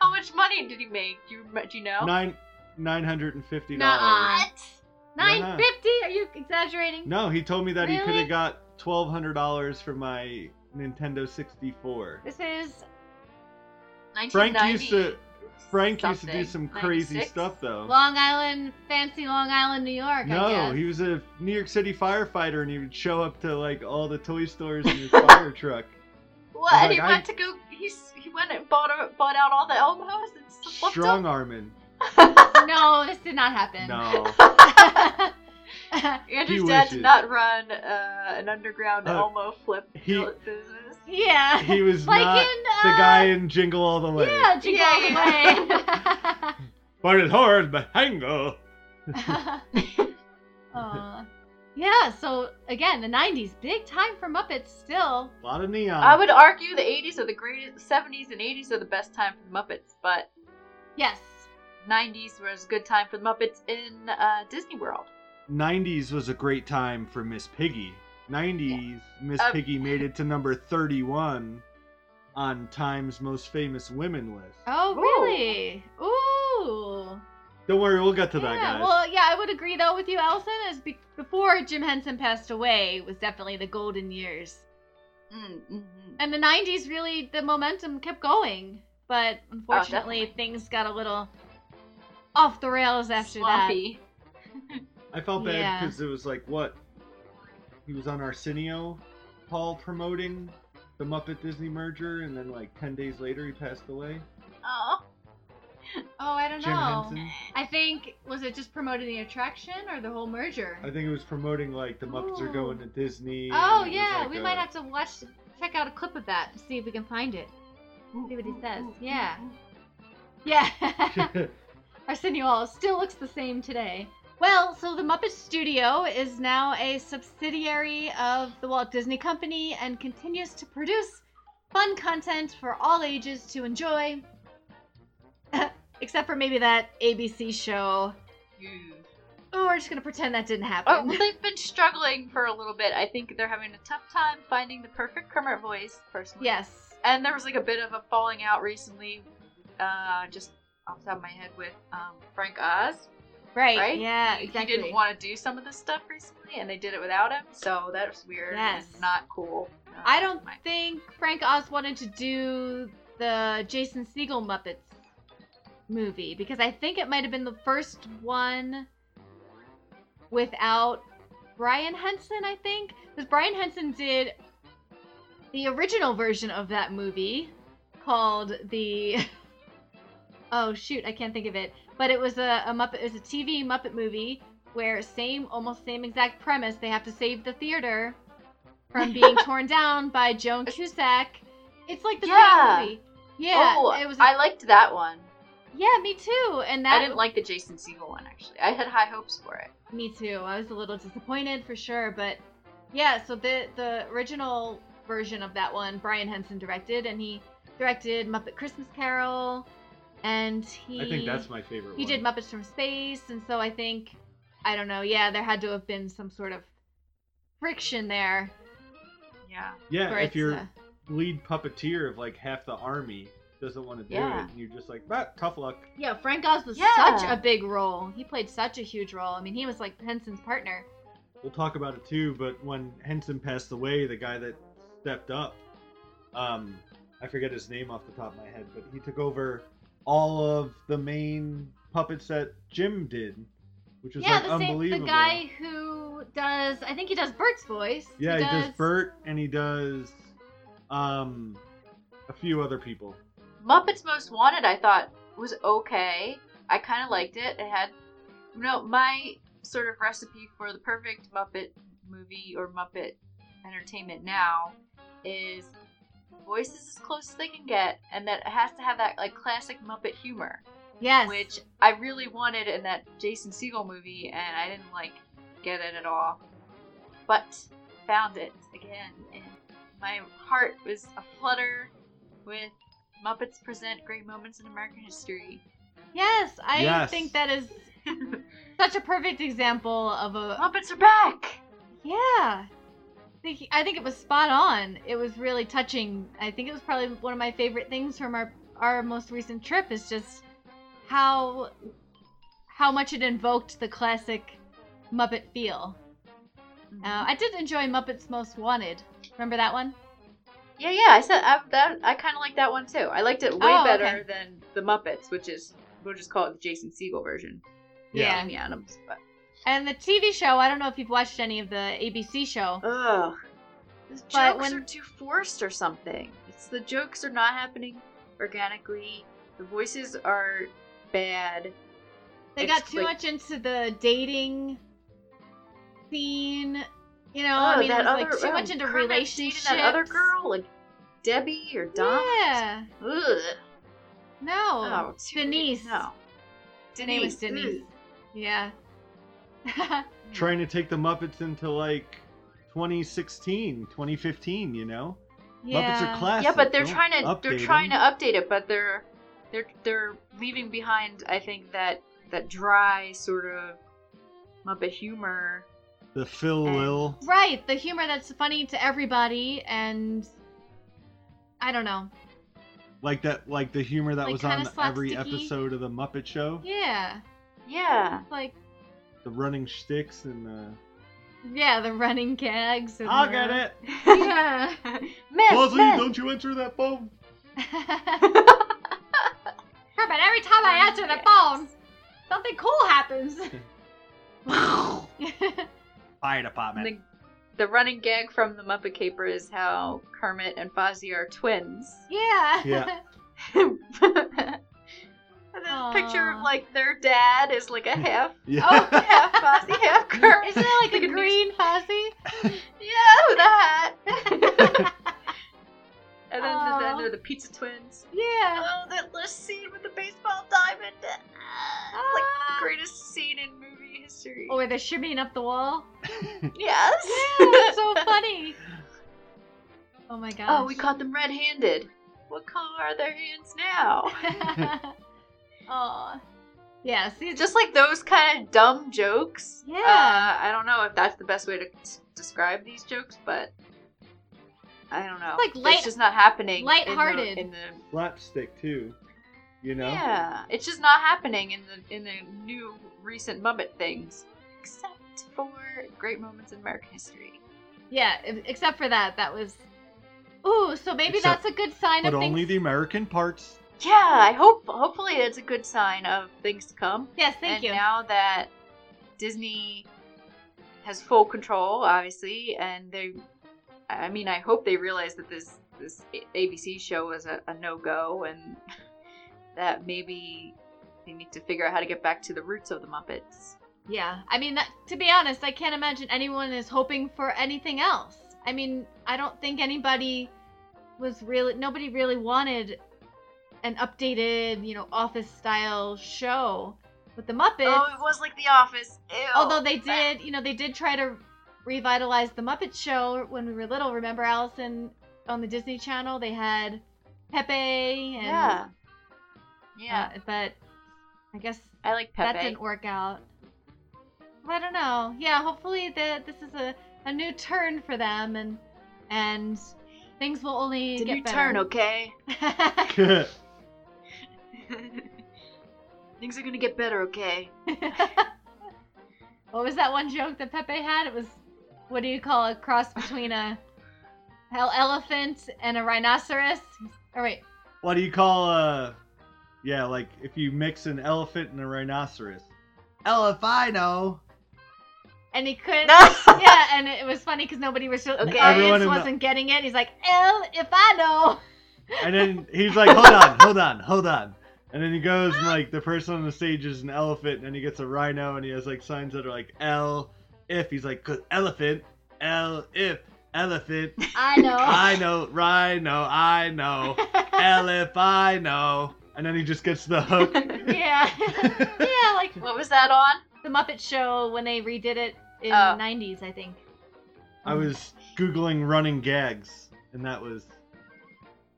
G: How much money did he make? Do you, rem- do you know?
F: Nine, nine hundred and fifty dollars.
E: Nuh-uh. Nine
F: Yeah.
E: fifty? Are you exaggerating?
F: No, he told me that he could
E: Really?
F: have got twelve hundred dollars for my Nintendo sixty four.
E: This is
G: 1990
F: Frank used to Frank used to do some
G: something.
F: crazy
G: 96?
F: stuff though.
E: Long Island, fancy Long Island, New York. I
F: no,
E: guess.
F: he was a New York City firefighter, and he would show up to like all the toy stores in his fire truck.
G: What?
F: Like,
G: he
F: I-
G: went to go. He's, he went and bought, out- bought out all the elbows and s- flipped
F: Strong arming.
G: them?
E: No, this did not happen.
F: No.
G: Andrew's
F: He
G: dad
F: wishes.
G: did not run uh, an underground
F: Uh,
G: Elmo flip
F: he-
G: business.
E: yeah.
F: He was
E: like
F: not
E: in uh,
F: the guy in Jingle All the Way.
E: Yeah, Jingle
G: Yeah,
E: All
F: But it's hard, but hango.
E: the Way. Aw. yeah. So again, the '90s, big time for Muppets. Still,
F: A lot of neon.
G: I would argue the 80s are the greatest, 70s and 80s are the best time for the Muppets, but
E: yes.
G: 90s was a good time for the Muppets in uh, Disney World.
F: 90s was a great time for Miss Piggy. 90s, Miss
G: Uh,
F: Piggy made it to number 31 on Time's Most Famous Women list.
E: Oh,
G: Ooh.
E: really? Ooh.
F: Don't worry, we'll get to that,
E: yeah.
F: guys.
E: Well, yeah, I would agree though with you, Allison. Is be- before Jim Henson passed away was definitely the golden years.
G: Mm, mm, mm.
E: And the 90s really, the momentum kept going. But unfortunately,
G: definitely.
E: things got a little off the rails after
G: Sloppy.
F: I felt bad
E: yeah.
F: because it was like, what? He was on Arsenio Hall promoting the Muppet Disney merger, and then like 10 days later, he passed away.
G: Oh,
E: that. Oh, I don't
F: Jim
E: know.
F: Henson.
E: I think, was it just promoting the attraction or the whole merger?
F: I think it was promoting like the Muppets are
E: Ooh.
F: going to Disney.
E: oh,
F: and it was,
E: yeah.
F: like,
E: we
F: a-
E: might have to watch, check out a clip of that to see if we can find it. See what he says. Yeah. Yeah. Arsenio Hall still looks the same today. Well, so the Muppet Studio is now a subsidiary of the Walt Disney Company and continues to produce fun content for all ages to enjoy. Except for maybe that ABC show.
G: You-
E: Oh, we're just gonna pretend that didn't
G: Oh,
E: happen.
G: well, they've been struggling for a little bit. I think they're having a tough time finding the perfect Kermit voice, personally.
E: yes.
G: And there was like a bit of a falling out recently, uh, just off the top of my head, with um, Frank Oz.
E: Right.
G: Right?
E: Yeah,
G: He-
E: exactly.
G: He didn't want to do some of this stuff recently, and they did it without him, so that was weird. and
E: Yes.
G: Not cool. Uh,
E: I don't
G: my-
E: think Frank Oz wanted to do the Jason Siegel Muppets movie because I think it might have been the first one without Brian Henson, I think. Because Brian Henson did the original version of that movie called the Oh shoot, I can't think of it. But it was a, a Muppet it was a TV Muppet movie where same almost same exact premise, they have to save the theater from being torn down by Joan Cusack. It's like the
G: Yeah.
E: same movie. Yeah,
G: oh,
E: it was.
G: I liked that one.
E: yeah, me too. And that
G: I didn't like the Jason Segel one actually. I had high hopes for it.
E: me too. I was a little disappointed for sure, but yeah. So the the original version of that one, Brian Henson directed, and he directed Muppet Christmas Carol, and he.
F: I think that's my favorite
E: He
F: one.
E: did Muppets from Space, and so I think, I don't know. Yeah, there had to have been some sort of friction there.
G: Yeah.
F: Yeah,
E: where
F: if
E: it's,
F: you're
E: uh,
F: lead puppeteer of like half the army doesn't want to do
G: Yeah.
F: it, and you're just like, ah, tough luck.
E: Yeah, Frank Oz was
G: Yeah.
E: such a big role. He played such a huge role. I mean, he was like Henson's partner.
F: We'll talk about it too. But when Henson passed away, the guy that stepped up, um, I forget his name off the top of my head, but he took over all of the main puppets that Jim did, which was
E: yeah,
F: like
E: the same the
F: unbelievable.
E: guy who does I think he does Bert's voice.
F: yeah,
E: he,
F: he does Bert and he does um a few other people.
G: Muppets Most Wanted I thought was okay. I kind of liked it. It had you know my sort of recipe for the perfect Muppet movie or Muppet entertainment now is voices as close as they can get and that it has to have that like classic Muppet humor.
E: Yes.
G: which I really wanted in that Jason Segel movie, and I didn't like get it at all. But found it again, and my heart was aflutter with Muppets present great moments in American history.
E: yes, I
F: Yes.
E: think that is Such a perfect example of a
G: Muppets are back.
E: Yeah. I think he- I think it was spot on. It was really touching. I think it was probably one of my favorite things from our our most recent trip is just how how much it invoked the classic Muppet feel. Uh, I did enjoy Muppets Most Wanted. Remember that one?
G: yeah, yeah. I said I, that. I kind of like that one too. I liked it way
E: Oh,
G: better
E: okay.
G: than the Muppets, which is we'll just call it the Jason Siegel version.
E: Yeah.
G: And the Adams, but
E: And the TV show, I don't know if you've watched any of the ABC show.
G: ugh, the jokes
E: But when-
G: are too forced or something. It's the jokes are not happening organically. The voices are bad.
E: They
G: It's
E: got too
G: like-
E: much into the dating scene. You know,
G: Oh,
E: I mean, it
G: that
E: was
G: other,
E: like too
G: oh,
E: much into
G: Kermit dating
E: relationships.
G: That other girl, like Debbie or Dom.
E: Yeah.
G: Ugh.
E: No.
G: Oh, too-
E: Denise.
G: No.
E: Her name was Denise.
G: ugh.
E: Yeah.
F: Trying to take the Muppets into like 2016, 2015, you know?
E: yeah.
F: Muppets are classic.
G: Yeah, but they're
F: don't
G: trying to they're
F: update
G: trying to
F: 'em.
G: update it, but they're they're they're leaving behind I think that that dry sort of Muppet humor.
F: The Phil
G: and-
F: Lil.
E: Right, the humor that's funny to everybody, and I don't know.
F: Like that like the humor that
E: Like,
F: was on
E: kinda
F: every
E: slapsticky.
F: episode of the Muppet Show.
E: Yeah,
G: Yeah.
E: like
F: The running shticks and the
E: yeah, the running gags. And
F: I'll
E: the-
F: get it.
E: Yeah.
G: Miss,
F: Bosley,
G: miss.
F: don't you enter that phone.
E: Kermit, every time I answer the phone, something cool happens.
F: Fire department.
G: The, the running gag from the Muppet Caper is how Kermit and Fozzie are twins.
E: yeah.
F: Yeah.
G: and then a picture
E: Aw.
G: of like their dad is like a half
F: yeah.
E: Oh,
G: half Fozzie, half Kermit.
E: Isn't it like a
G: Like a
E: green fuzzy?
G: Yeah, with a hat. and then,
E: Aw.
G: then they're the pizza twins.
E: Yeah.
G: Oh, that last scene with the baseball diamond. Ah, Oh, Like the greatest scene in movie history.
E: Or the Oh, shimmying up the wall.
G: oh. yes.
E: Yeah, that's so funny. Oh my gosh.
G: oh, we caught them red-handed. What color are their hands now?
E: Aw. Yes, these
G: Just like those kind of dumb jokes.
E: Yeah.
G: Uh, I don't know if that's the best way to s- describe these jokes, but I don't know.
E: It's like light-
G: it's just not happening. in the-
E: lighthearted.
G: in the
F: Slapstick too. You know?
G: Yeah, it's just not happening in the in the new recent Muppet things, except for great moments in American history.
E: Yeah, e- except for that, that was. Ooh, so maybe
F: Except-
E: that's a good sign
F: But
E: of things.
F: only the American parts.
G: Yeah, I hope hopefully it's a good sign of things to come.
E: Yes, thank
G: and
E: you.
G: Now that Disney has full control, obviously, and they, I mean, I hope they realize that this this ABC show was a, a no go, and that maybe they need to figure out how to get back to the roots of the Muppets.
E: yeah, I mean, that, to be honest, I can't imagine anyone is hoping for anything else. I mean, I don't think anybody was really. Nobody really wanted an updated, you know, office style show with the Muppets.
G: Oh, it was like The Office. Ew.
E: Although they did, you know, they did try to revitalize the Muppet Show when we were little. Remember, Allison, on the Disney Channel, they had Pepe and
G: Yeah. Yeah.
E: Uh, but I guess
G: I like Pepe.
E: that didn't work out. I don't know. Yeah, hopefully that this is a, a new turn for them and and things will only
G: It's a
E: get
G: new turn,
E: better.
G: okay?
E: turn.
G: Things are gonna get better, okay?
E: what was that one joke that Pepe had? It was what do you call a cross between a hell elephant and a rhinoceros? All right.
F: what do you call uh yeah, like if you mix an elephant and a rhinoceros. Oh, Elefino.
E: And he couldn't
G: No.
E: yeah, and it was funny because nobody was so,
G: Okay.
E: the audience
F: Everyone in the-
E: wasn't getting it. He's like, "L, if I know."
F: And then he's like, Hold on, hold on, hold on. And then he goes and like the person on the stage is an elephant and then he gets a rhino and he has like signs that are like L if he's like 'cause elephant, L if elephant,
E: I know.
F: I know, rhino, I know, L if I know. And then he just gets the hook.
E: yeah, yeah, like
G: What was that on?
E: the Muppet Show when they redid it in
G: Oh.
E: the '90s, I think.
F: I was googling running gags, and that was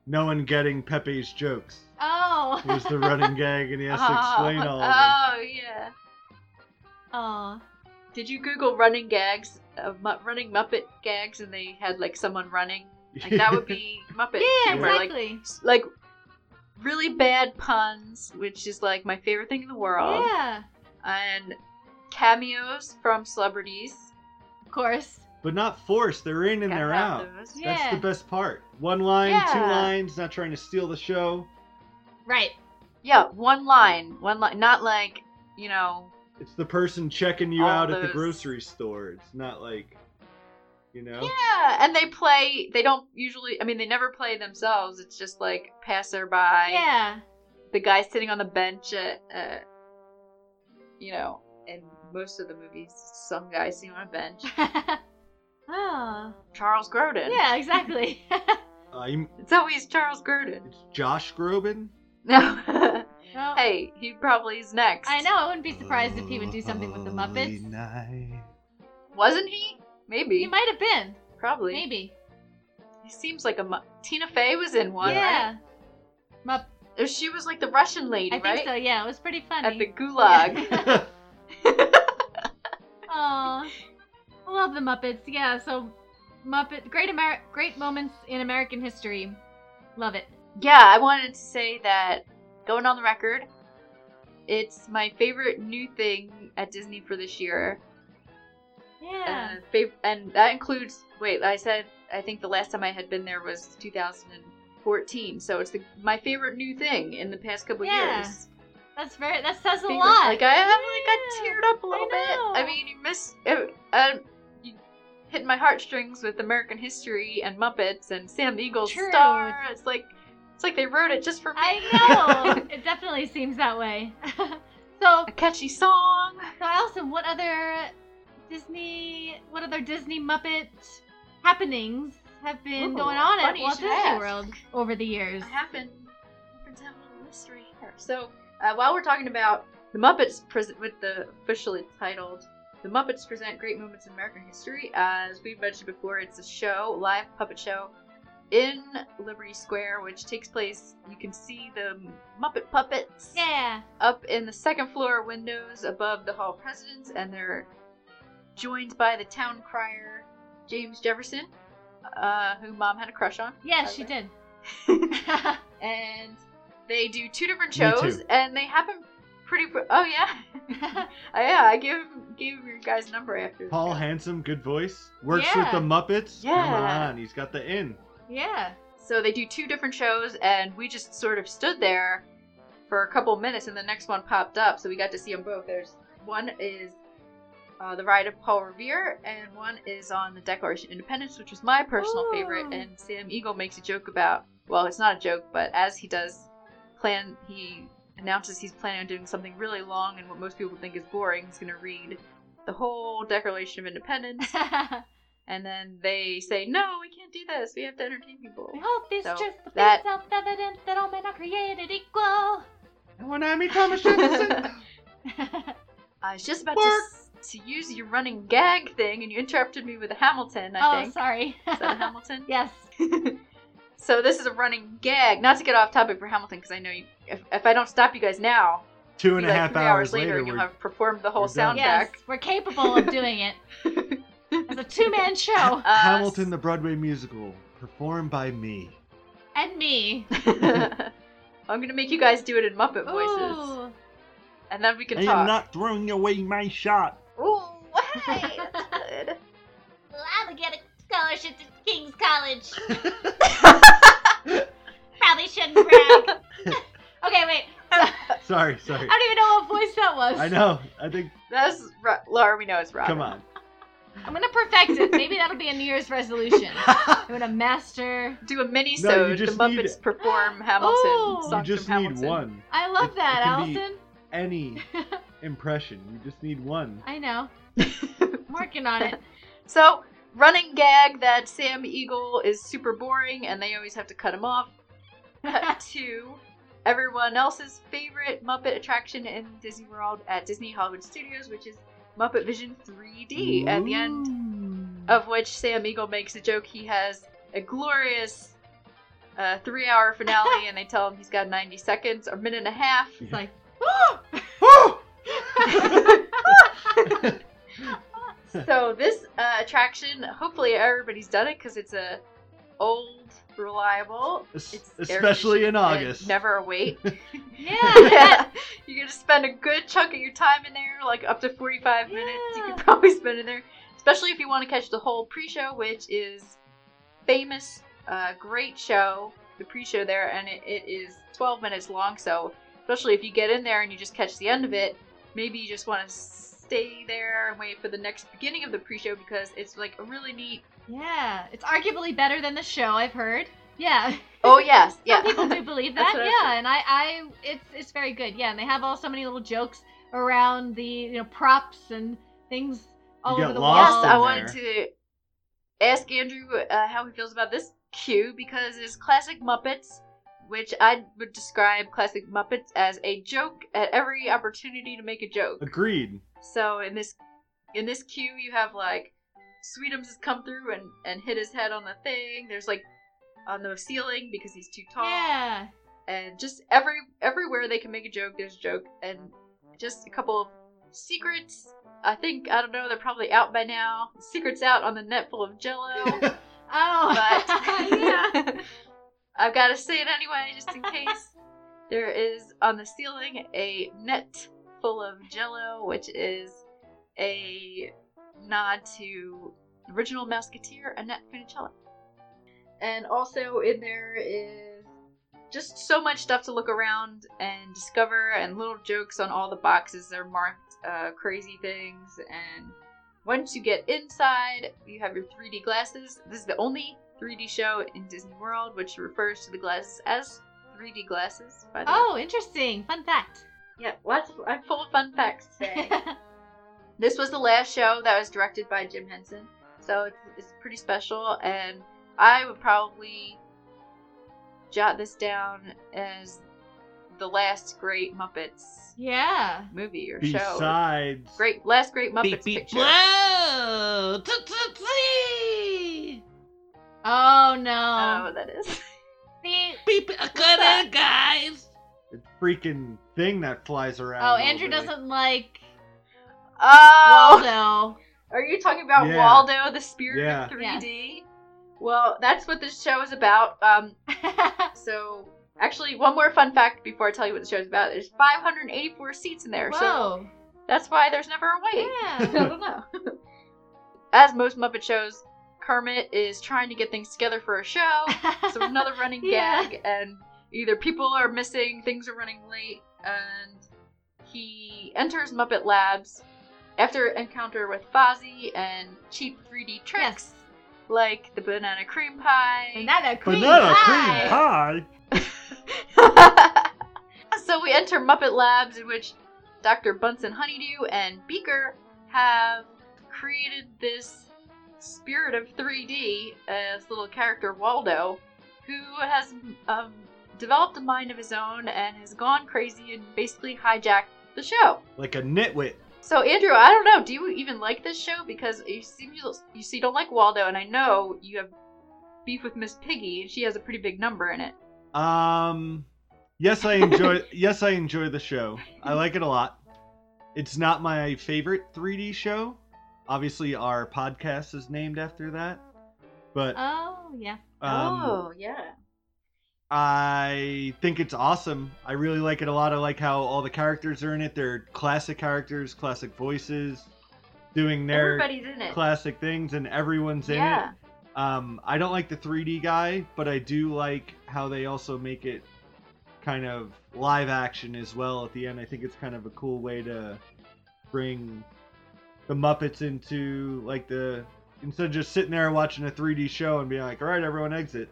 F: no one getting Pepe's jokes
E: Oh,
F: was the running gag, and he has to
G: Oh,
F: explain all of them.
G: Oh, yeah.
E: Aw.
G: Did you Google running gags, uh, mu- running Muppet gags, and they had like someone running? Like that would be Muppet
E: Yeah,
G: humor. Like
E: exactly.
G: s- like really bad puns, which is like my favorite thing in the world,
E: Yeah,
G: and cameos from celebrities.
E: of course.
F: but not forced. They're in and
G: Gotta
F: they're
G: have
F: out.
G: those.
E: Yeah.
F: That's the best part. One line, two
G: Yeah.
F: lines. Not trying to steal the show.
E: Right.
G: Yeah, one line, one line, not like you know.
F: It's the person checking you
G: All
F: out at the
G: those-
F: grocery store. It's not like, you know.
G: Yeah, and they play. They don't usually. I mean, they never play themselves. It's just like passerby.
E: Yeah.
G: the guy sitting on the bench at, uh, you know, in most of the movies, some guy sitting on a bench.
E: oh.
G: Charles Grodin.
E: Yeah, exactly.
F: I'm.
G: It's always Charles Grodin.
F: It's Josh Groban.
G: No.
E: No,
G: hey, he probably is next.
E: I know. I wouldn't be surprised if he would do something with the Muppets.
G: Wasn't he? Maybe.
E: He might have been.
G: probably.
E: Maybe.
G: He seems like a Mu- Tina Fey was in one,
E: yeah. Mupp-
G: right? Or She was like the Russian lady,
E: I think
G: right?
E: so. Yeah, it was pretty funny.
G: At the gulag.
E: Aw. I love the Muppets. Yeah, so Muppet great Amer- great moments in American history. Love it.
G: yeah, I wanted to say that going on the record, it's my favorite new thing at Disney for this year.
E: Yeah.
G: uh, fav- and that includes wait i said i think the last time i had been there was 2014 so it's the, my favorite new thing in the past couple
E: Yeah.
G: years
E: that's very that says a
G: Favorite-
E: lot.
G: like i have like got
E: Yeah,
G: teared up a little
E: know.
G: bit i mean you miss it, uh, you hit my heartstrings with american history and muppets and sam the eagle's
E: True.
G: star it's like it's like they wrote it just for me
E: I know. it definitely seems that way. so,
G: a catchy song
E: so Allison, what other Disney what other Disney Muppet happenings have been
G: Ooh,
E: going on at
G: funny you
E: Walt
G: should
E: Disney
G: ask.
E: World over the years?
G: I happen happen to have a little mystery here. So uh, while we're talking about the Muppets present with the officially titled "The Muppets Present Great Moments in American History," uh, as we mentioned before, it's a show, live puppet show in Liberty Square, which takes place. You can see the Muppet puppets
E: Yeah.
G: up in the second floor windows above the Hall of Presidents, and they're joined by the town crier James Jefferson, uh, who Mom had a crush on
E: Yeah, she did.
G: and they do two different
F: Me too.
G: shows, and they happen pretty. Pr- oh yeah, Oh, yeah. I gave gave your guys number after. the
F: Paul
G: show.
F: Handsome, good voice. Works
E: Yeah.
F: with the Muppets. Come
G: Yeah.
F: on, he's got the in.
E: yeah.
G: So they do two different shows, and we just sort of stood there for a couple minutes, and the next one popped up, so we got to see them both. There's one is uh, the ride of Paul Revere, and one is on the Declaration of Independence, which was my personal
E: Ooh.
G: favorite. And Sam Eagle makes a joke about, well, it's not a joke, but as he does plan, he announces he's planning on doing something really long and what most people think is boring. He's going to read the whole Declaration of Independence, and then they say, no, we can't do this. We have to entertain people.
E: We hope it's
G: So,
E: just the that...
G: that-
E: self-evident that all men are created equal.
F: I want Amy Thomas Jefferson.
G: I was just about to, s- to use your running gag thing, and you interrupted me with a Hamilton, I
E: oh,
G: think.
E: sorry.
G: Is that a Hamilton?
E: yes.
G: So this is a running gag. Not to get off topic for Hamilton, because I know you, if, if I don't stop you guys now,
F: Two
G: it'll
F: and
G: be
F: a
G: like
F: half
G: three
F: hours, later,
G: you'll
F: we're-
G: have performed the whole
F: we're done.
G: soundtrack.
E: Yes. We're capable of doing it. It's a two-man show.
G: Uh,
F: Hamilton, the Broadway musical, performed by me.
E: And me.
G: I'm gonna make you guys do it in Muppet voices,
E: Ooh.
G: and then we can
F: I
G: talk.
F: am not throwing away my shot.
G: Ooh, hey, that's good.
E: Well, I would get a scholarship to King's College. Probably shouldn't brag. okay, wait.
F: Sorry,
E: I
F: sorry.
E: don't even know what voice that was.
F: I know. I think.
G: That's Ro- Laura. We know it's Robin.
F: Come on.
E: I'm gonna perfect it. Maybe that'll be a New Year's resolution. I'm gonna master.
G: Do a mini
F: No,
G: so
F: you
G: the
F: just
G: Muppets
F: need-
G: perform Hamilton.
E: Oh. You
F: You
G: songs
F: just
G: from
F: need
G: Hamilton.
F: one.
E: I love
F: It- it
E: that,
F: can be-
E: Allison.
F: Any impression. You just need one.
E: I know. I'm working on it.
G: So, running gag that Sam Eagle is super boring and they always have to cut him off. Cut to everyone else's favorite Muppet attraction in Disney World at Disney Hollywood Studios, which is Muppet Vision 3D. At the end of which Sam Eagle makes a joke, he has a glorious uh, three hour finale and they tell him he's got 90 Oh. seconds or minute and a half.
E: It's like,
G: so this uh, attraction, hopefully everybody's done it because it's a old, reliable.
F: Es-
G: It's air
F: especially in
G: conditioned and
F: August.
G: Never a wait.
E: Yeah.
G: You're gonna spend a good chunk of your time in there, like up to 45 minutes. You could probably spend in there, especially if you want to catch the whole pre-show, which is famous, uh, great show. The pre-show there, and it, it is 12 minutes long. So especially if you get in there and you just catch the end of it, maybe you just want to stay there and wait for the next beginning of the pre-show because it's like a really neat.
E: yeah. It's arguably better than the show, I've heard. Yeah.
G: Oh yes, yeah.
E: Some people do believe
G: That's
E: that.
G: what I've
E: yeah, and I, I, it's it's very good. Yeah, and they have all so many little jokes around the you know props and things all
F: got
E: over the
F: lost
E: walls.
G: Yes, I
F: in
G: wanted
F: there.
G: to ask Andrew uh, how he feels about this cue because it's classic Muppets, which I would describe classic Muppets as a joke at every opportunity to make a joke.
F: Agreed.
G: So in this in this queue, you have like Sweetums has come through and and hit his head on the thing. There's like on the ceiling because he's too tall.
E: Yeah,
G: And just every everywhere they can make a joke, there's a joke, and just a couple of secrets. I think I don't know. They're probably out by now. Secrets out on the net full of Jello.
E: Oh,
G: but
E: yeah.
G: I've got to say it anyway, just in case. there is on the ceiling a net full of Jello, which is a nod to original Musketeer Annette Funicello. And also in there is just so much stuff to look around and discover, and little jokes on all the boxes. They're marked uh, crazy things and once you get inside, you have your 3D glasses. This is the only 3D show in Disney World, which refers to the glasses as 3D glasses. By the way.
E: Oh, interesting. Fun fact.
G: yeah, what? I'm full of fun facts today. this was the last show that was directed by Jim Henson, so it's, it's pretty special. And I would probably jot this down as the last great Muppets
E: yeah.
G: movie or show.
F: Besides,
G: Great, last great Muppets picture.
E: Oh
G: I don't know
E: no.
G: what that is.
E: See.
F: it's freaking thing that flies around.
E: Oh,
F: all
E: Andrew
F: day.
E: doesn't like
G: Oh.
E: Waldo.
G: Are you talking about
F: Yeah.
G: Waldo, the spirit
F: Yeah.
G: of 3D? Well, that's what this show is about. Um, so, actually, one more fun fact before I tell you what the show's about. There's 584 seats in there, so
E: Whoa.
G: that's why there's never a wait.
E: Yeah.
G: I don't know. As most Muppet shows, Kermit is trying to get things together for a show. So another running
E: Yeah.
G: gag, and either people are missing, things are running late, and he enters Muppet Labs after encounter with Fozzie and cheap 3D
E: Yes.
G: tricks like the banana cream pie.
E: Banana cream
F: Banana
E: pie.
F: cream pie.
G: so we enter Muppet Labs, in which Dr. Bunsen Honeydew and Beaker have created this spirit of 3D, uh, this little character Waldo, who has um, developed a mind of his own and has gone crazy and basically hijacked the show.
F: Like a nitwit.
G: So Andrew, I don't know. Do you even like this show? Because you seem you, you see you don't like Waldo, and I know you have beef with Miss Piggy, and she has a pretty big number in it.
F: Um, yes, I enjoy. yes, I enjoy the show. I like it a lot. It's not my favorite 3D show. Obviously, our podcast is named after that. But um,
E: Oh yeah.
G: oh yeah.
F: I think it's awesome. I really like it a lot. I like how all the characters are in it. They're classic characters, classic voices, doing their
G: Everybody's in it.
F: classic things, and everyone's in
G: yeah.
F: it. Um, I don't like the 3D guy, but I do like how they also make it kind of live action as well at the end. I think it's kind of a cool way to bring the Muppets into like the instead of just sitting there watching a 3D show and being like, "All right, everyone exit."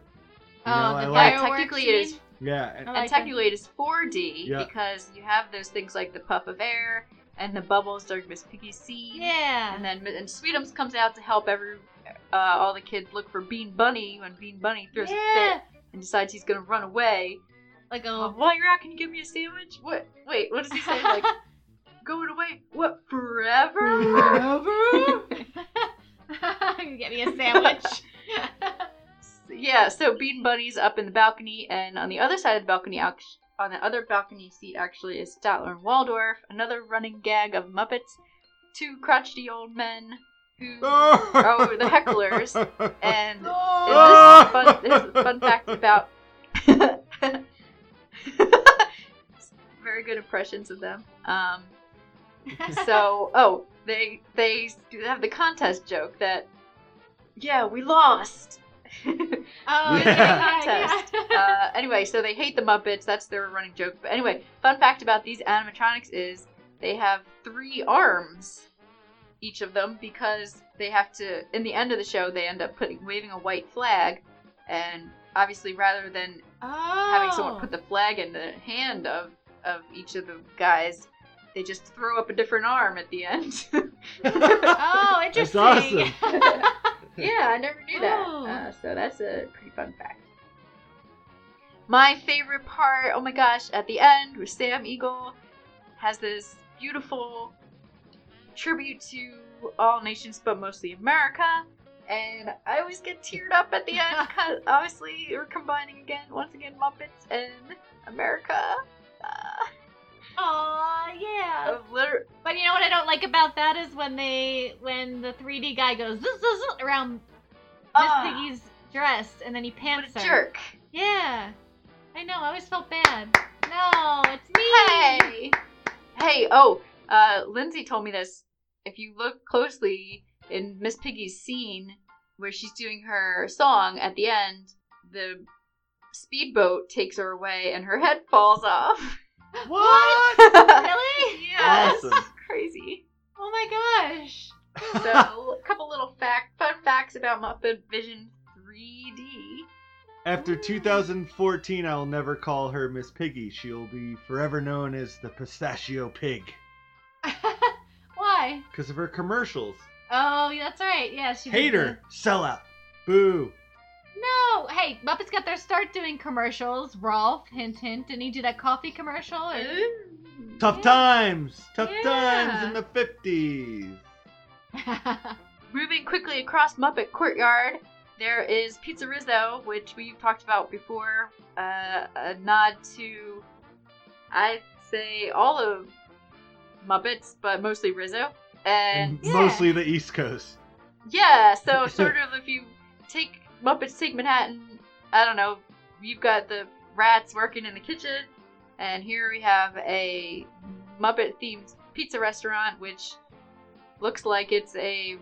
F: You know,
E: oh,
F: I
E: the
F: like-
E: fireworks
G: Technically it is-
E: scene?
F: Yeah, and-
E: I
G: and
E: like that.
G: technically it is 4D
F: Yeah.
G: because you have those things like the puff of air and the bubbles during Miss Piggy's scene.
E: Yeah.
G: And then and Sweetums comes out to help every uh, all the kids look for Bean Bunny when Bean Bunny throws a
E: yeah. Oh.
G: fit and decides he's gonna run away.
E: Like
G: Well,
E: a
G: while you're out, can you give me a sandwich? What? Wait, what does he say? Like going away? What? Forever?
E: you get me a sandwich.
G: yeah. So Bean Bunny's up in the balcony, and on the other side of the balcony, act- on the other balcony seat, actually is Statler and Waldorf, another running gag of Muppets. two crotchety old men who Oh, the hecklers. and
F: Ah!
G: And this, is fun, this is a fun fact about. Very good impressions of them. Um, so, oh, they they do have the contest joke that, yeah, we lost. uh,
E: Oh,
F: Yeah.
E: yeah, yeah, yeah.
G: anyway, so they hate the Muppets. That's their running joke. But anyway, fun fact about these animatronics is they have three arms, each of them, because they have to. In the end of the show, they end up putting waving a white flag, and obviously, rather than
E: oh.
G: Uh, having someone put the flag in the hand of of each of the guys, they just throw up a different arm at the end.
E: Oh,
F: That's
E: interesting.
F: awesome.
G: yeah, I never knew that.
E: Oh.
G: Uh, so that's a pretty fun fact. My favorite part, oh my gosh, at the end with Sam Eagle has this beautiful tribute to all nations, but mostly America. And I always get teared up at the end because obviously we're combining again, once again, Muppets and America. Uh,
E: Aw, yeah.
G: of liter-
E: But you know what I don't like about that is when they when the 3D guy goes zzz, zzz, zzz around Miss
G: Ah.
E: Piggy's dress and then he
G: what
E: pants
G: a
E: her.
G: jerk.
E: Yeah. I know. I always felt bad. No, it's me.
G: Hey! Hey, oh, uh, Lindsay told me this. If you look closely in Miss Piggy's scene where she's doing her song at the end, the speedboat takes her away and her head falls off.
E: What?
G: yeah,
E: really?
F: Awesome.
G: it's crazy.
E: Oh my gosh.
G: So, a couple little fact, fun facts about Muppet Vision 3D.
F: After 2014, I will never call her Miss Piggy. She will be forever known as the Pistachio Pig
E: Why?
F: because of her commercials.
E: Oh, yeah, that's right. Yeah, she did
F: Hater, sellout, boo.
E: the- No. Hey, Muppets got their start doing commercials. Rolf, hint, hint. Didn't he do that coffee commercial? And-
F: Tough
E: Yeah.
F: times, tough
E: Yeah.
F: times in the 50s.
G: Moving quickly across Muppet Courtyard, there is Pizza Rizzo, which we've talked about before. Uh, a nod to, I'd say, all of Muppets, but mostly Rizzo. And
F: And
E: Yeah.
F: Mostly the East Coast.
G: yeah, so sort of if you take Muppets Take Manhattan, I don't know, you've got the rats working in the kitchen, and here we have a Muppet themed pizza restaurant, which looks like it's a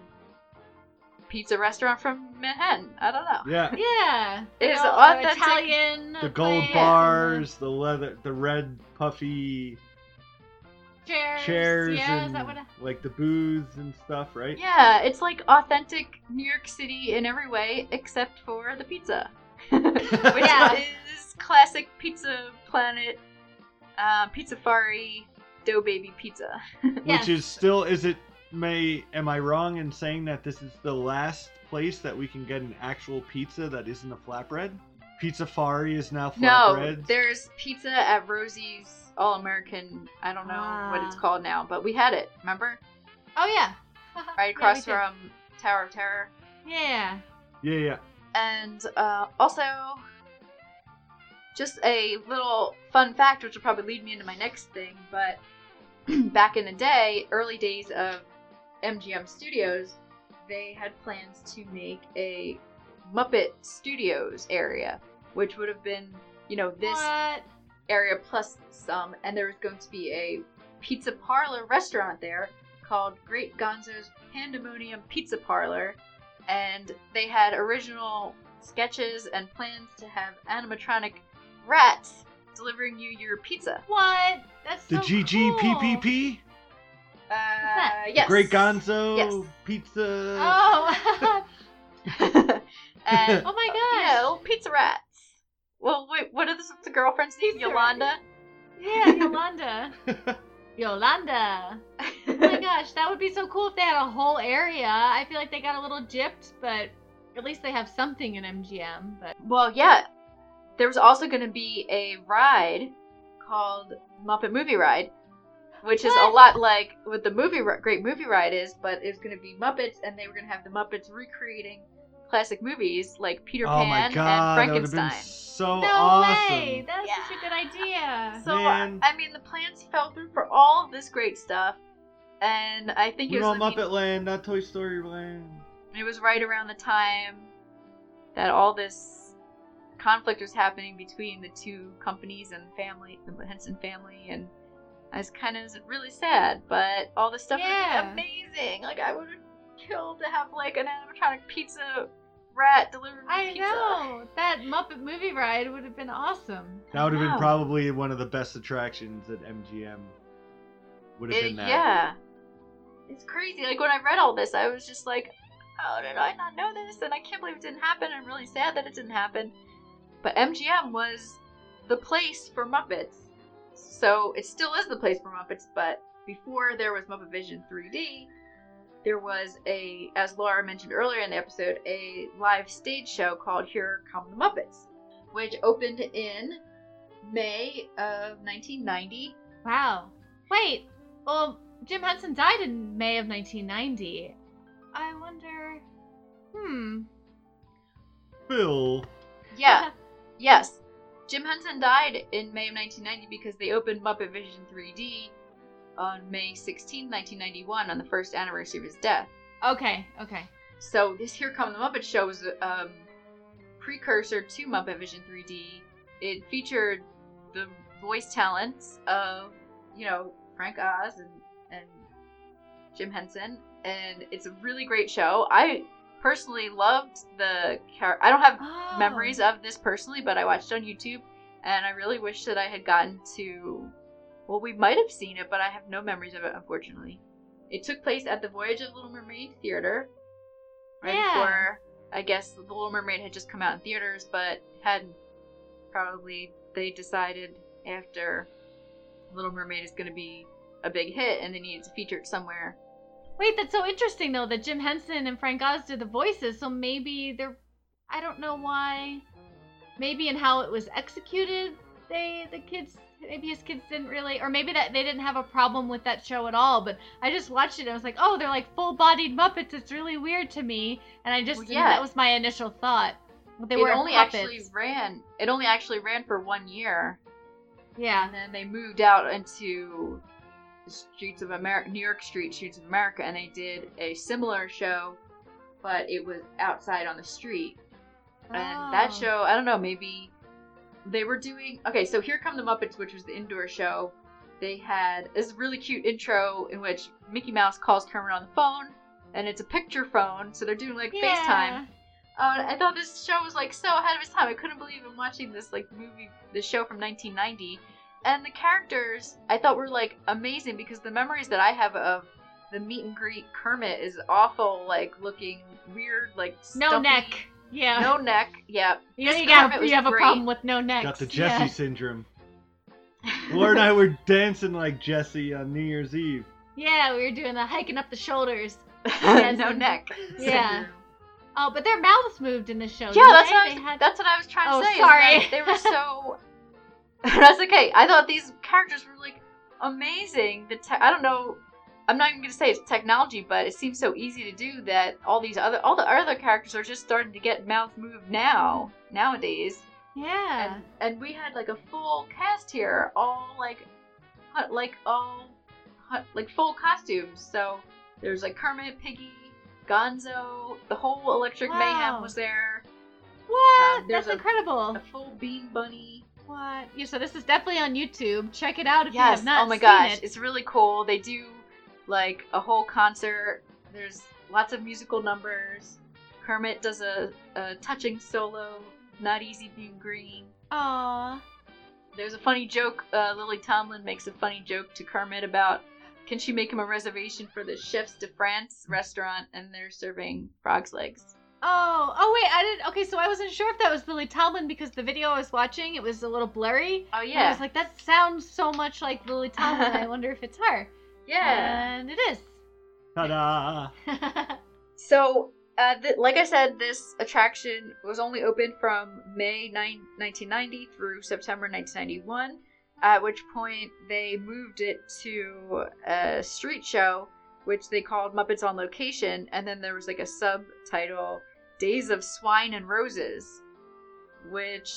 G: pizza restaurant from Manhattan. I don't know.
F: Yeah.
E: yeah.
G: It is
E: They all
G: an
E: are
G: authentic-
E: Italian.
F: The gold
E: place and the
F: bars, the leather, the red puffy
E: Chairs.
F: chairs,
E: Yeah, is
F: and
E: that what? I-
F: like the booths and stuff, right?
G: Yeah, it's like authentic New York City in every way except for the pizza. which
E: Yeah.
G: is classic Pizza Planet, uh, Pizza Fari, Dough Baby Pizza.
E: Yes.
F: Which is still is it may am I wrong in saying that this is the last place that we can get an actual pizza that isn't a flatbread? Pizza Fari is now
G: No,
F: flatbread.
G: there's pizza at Rosie's All American. I don't know what it's
E: Ah.
G: called now, but we had it, remember?
E: Oh yeah.
G: Right across
E: yeah,
G: from Tower of Terror.
E: from. Yeah.
F: Yeah, yeah.
G: And uh, also, just a little fun fact, which will probably lead me into my next thing, but back in the day, early days of MGM Studios, they had plans to make a Muppet Studios area, which would have been, you know, this
E: What?
G: area plus some, and there was going to be a pizza parlor restaurant there called Great Gonzo's Pandemonium Pizza Parlor, and they had original sketches and plans to have animatronic rats delivering you your pizza.
E: What? That's so
F: The GGPPP,
E: cool.
F: the
G: Uh,
E: that?
G: yes.
F: Great Gonzo
G: Yes.
F: Pizza.
E: Oh.
G: and
E: oh my
G: you
E: gosh.
G: know, pizza rats. Well, wait, what is the girlfriend's name?
E: Pizza
G: Yolanda.
E: Yeah, Yolanda. Yolanda. Oh my gosh, that would be so cool if they had a whole area. I feel like they got a little gypped, but at least they have something in MGM. But
G: Well, yeah. There was also going to be a ride called Muppet Movie Ride, which is a
E: What?
G: lot like what the movie ri- Great Movie Ride is, but it's going to be Muppets, and they were going to have the Muppets recreating classic movies like Peter
F: oh my god,
G: Pan and
F: that would have
G: Frankenstein.
F: been so
E: no
F: Oh, awesome.
E: way. That's such a good idea.
G: So
F: Man.
G: I mean, the plans fell through for all of this great stuff, and I think
F: You
G: it
F: know,
G: was I
F: Muppet
G: mean,
F: Land, not Toy Story Land.
G: it was right around the time that all this conflict was happening between the two companies and family, the Henson family, and I was kind of really sad. But all this stuff
E: Yeah.
G: would be amazing. Like I would kill to have like an animatronic pizza rat delivered my
E: I
G: pizza.
E: know that Muppet movie ride would have been awesome.
F: That would have
G: Wow.
F: been probably one of the best attractions at MGM. Would have
G: It-
F: been that.
G: Yeah. It's crazy. Like when I read all this, I was just like, how did I not know this? And I can't believe it didn't happen. I'm really sad that it didn't happen. But MGM was the place for Muppets. So it still is the place for Muppets, but before there was Muppet Vision 3D, there was a, as Laura mentioned earlier in the episode, a live stage show called Here Come the Muppets, which opened in May of 1990
E: Wow. Wait. Well, Jim Henson died in May of 1990. I wonder. Hmm.
F: Phil.
G: Yeah. yes. Jim Henson died in May of 1990 because they opened Muppet Vision 3D on May 16, 1991, on the first anniversary of his death.
E: Okay. Okay.
G: So this Here Come the Muppet Show was a um, precursor to Muppet Vision 3D. It featured the voice talents of, you know, Frank Oz and, and Jim Henson, and it's a really great show. I personally loved the character. I don't have
E: Oh.
G: memories of this personally, but I watched it on YouTube, and I really wish that I had gotten to. Well, we might have seen it, but I have no memories of it, unfortunately. It took place at the Voyage of the Little Mermaid Theater. Right
E: Yeah.
G: before, I guess, The Little Mermaid had just come out in theaters, but hadn't. Probably they decided after Little Mermaid is going to be a big hit and they needed to feature it somewhere.
E: Wait, that's so interesting though that Jim Henson and Frank Oz did the voices. So maybe they're. I don't know why. Maybe in how it was executed, they the kids maybe his kids didn't really, or maybe that they didn't have a problem with that show at all. But I just watched it and I was like, oh, they're like full-bodied Muppets. It's really weird to me, and I just
G: Well,
E: didn't-
G: yeah.
E: that was my initial thought. They
G: it
E: were
G: only
E: puppets.
G: actually ran. It only actually ran for one year.
E: yeah.
G: and then they moved out into the streets of America, New York Street Streets of America, and they did a similar show, but it was outside on the street. And that
E: Oh.
G: show, I don't know, maybe they were doing okay. So here come the Muppets, which was the indoor show. They had this really cute intro in which Mickey Mouse calls Kermit on the phone, and it's a picture phone, so they're doing like FaceTime. Oh, and I thought this show was like so ahead of its time. I couldn't believe I'm watching this like movie, this show from 1990, and the characters I thought were like amazing because the memories that I have of the meet and greet Kermit is awful, like looking weird, like
E: No
G: stumpy-
E: neck. Yeah.
G: no neck. Yep.
E: you know
G: This
E: you, got,
G: Kermit was
E: you have a
G: great.
E: problem with no neck.
F: Got the Jesse syndrome. Laura and I were dancing like Jesse on New Year's Eve.
E: Yeah, we were doing the hiking up the shoulders.
G: no
E: and-
G: neck.
E: Yeah. Oh, but their mouths moved in the show.
G: Yeah,
E: didn't
G: that's
E: they?
G: what,
E: Oh,
G: I
E: They
G: was,
E: had-
G: that's what I was trying
E: Oh,
G: to say. is
E: sorry.
G: that They were so. that's okay. I thought these characters were like amazing. The te- I don't know. I'm not even gonna say it's technology, but it seems so easy to do that. All these other, all the other characters are just starting to get mouth moved now, nowadays.
E: yeah.
G: And, and we had like a full cast here, all like, hu- like all, hu- like full costumes. So there's like Kermit, Piggy, Gonzo, the whole Electric
E: Wow.
G: Mayhem was there
E: what?
G: um, there's
E: that's
G: a-
E: incredible.
G: a full bean bunny.
E: What? Yeah, so this is definitely on YouTube. Check it out if you
G: yes.
E: have not
G: oh my
E: seen
G: gosh,
E: it.
G: it's really cool. They do like a whole concert. There's lots of musical numbers. Kermit does a, a touching solo, not easy being green.
E: Aw.
G: There's a funny joke. Uh, Lily Tomlin makes a funny joke to Kermit about can she make him a reservation for the Chefs de France restaurant, and they're serving frogs legs.
E: Oh, oh wait, I didn't. Okay, so I wasn't sure if that was Lily Tomlin because the video I was watching it was a little blurry.
G: Oh
E: And I
G: yeah,
E: was like, that sounds so much like Lily Tomlin. I wonder if it's her.
G: yeah.
E: And it is.
F: Ta-da!
G: So, uh, th- like I said, this attraction was only open from May 9- 1990 through September 1991, at which point they moved it to a street show, which they called Muppets on Location, and then there was like a subtitle Days of Swine and Roses, which,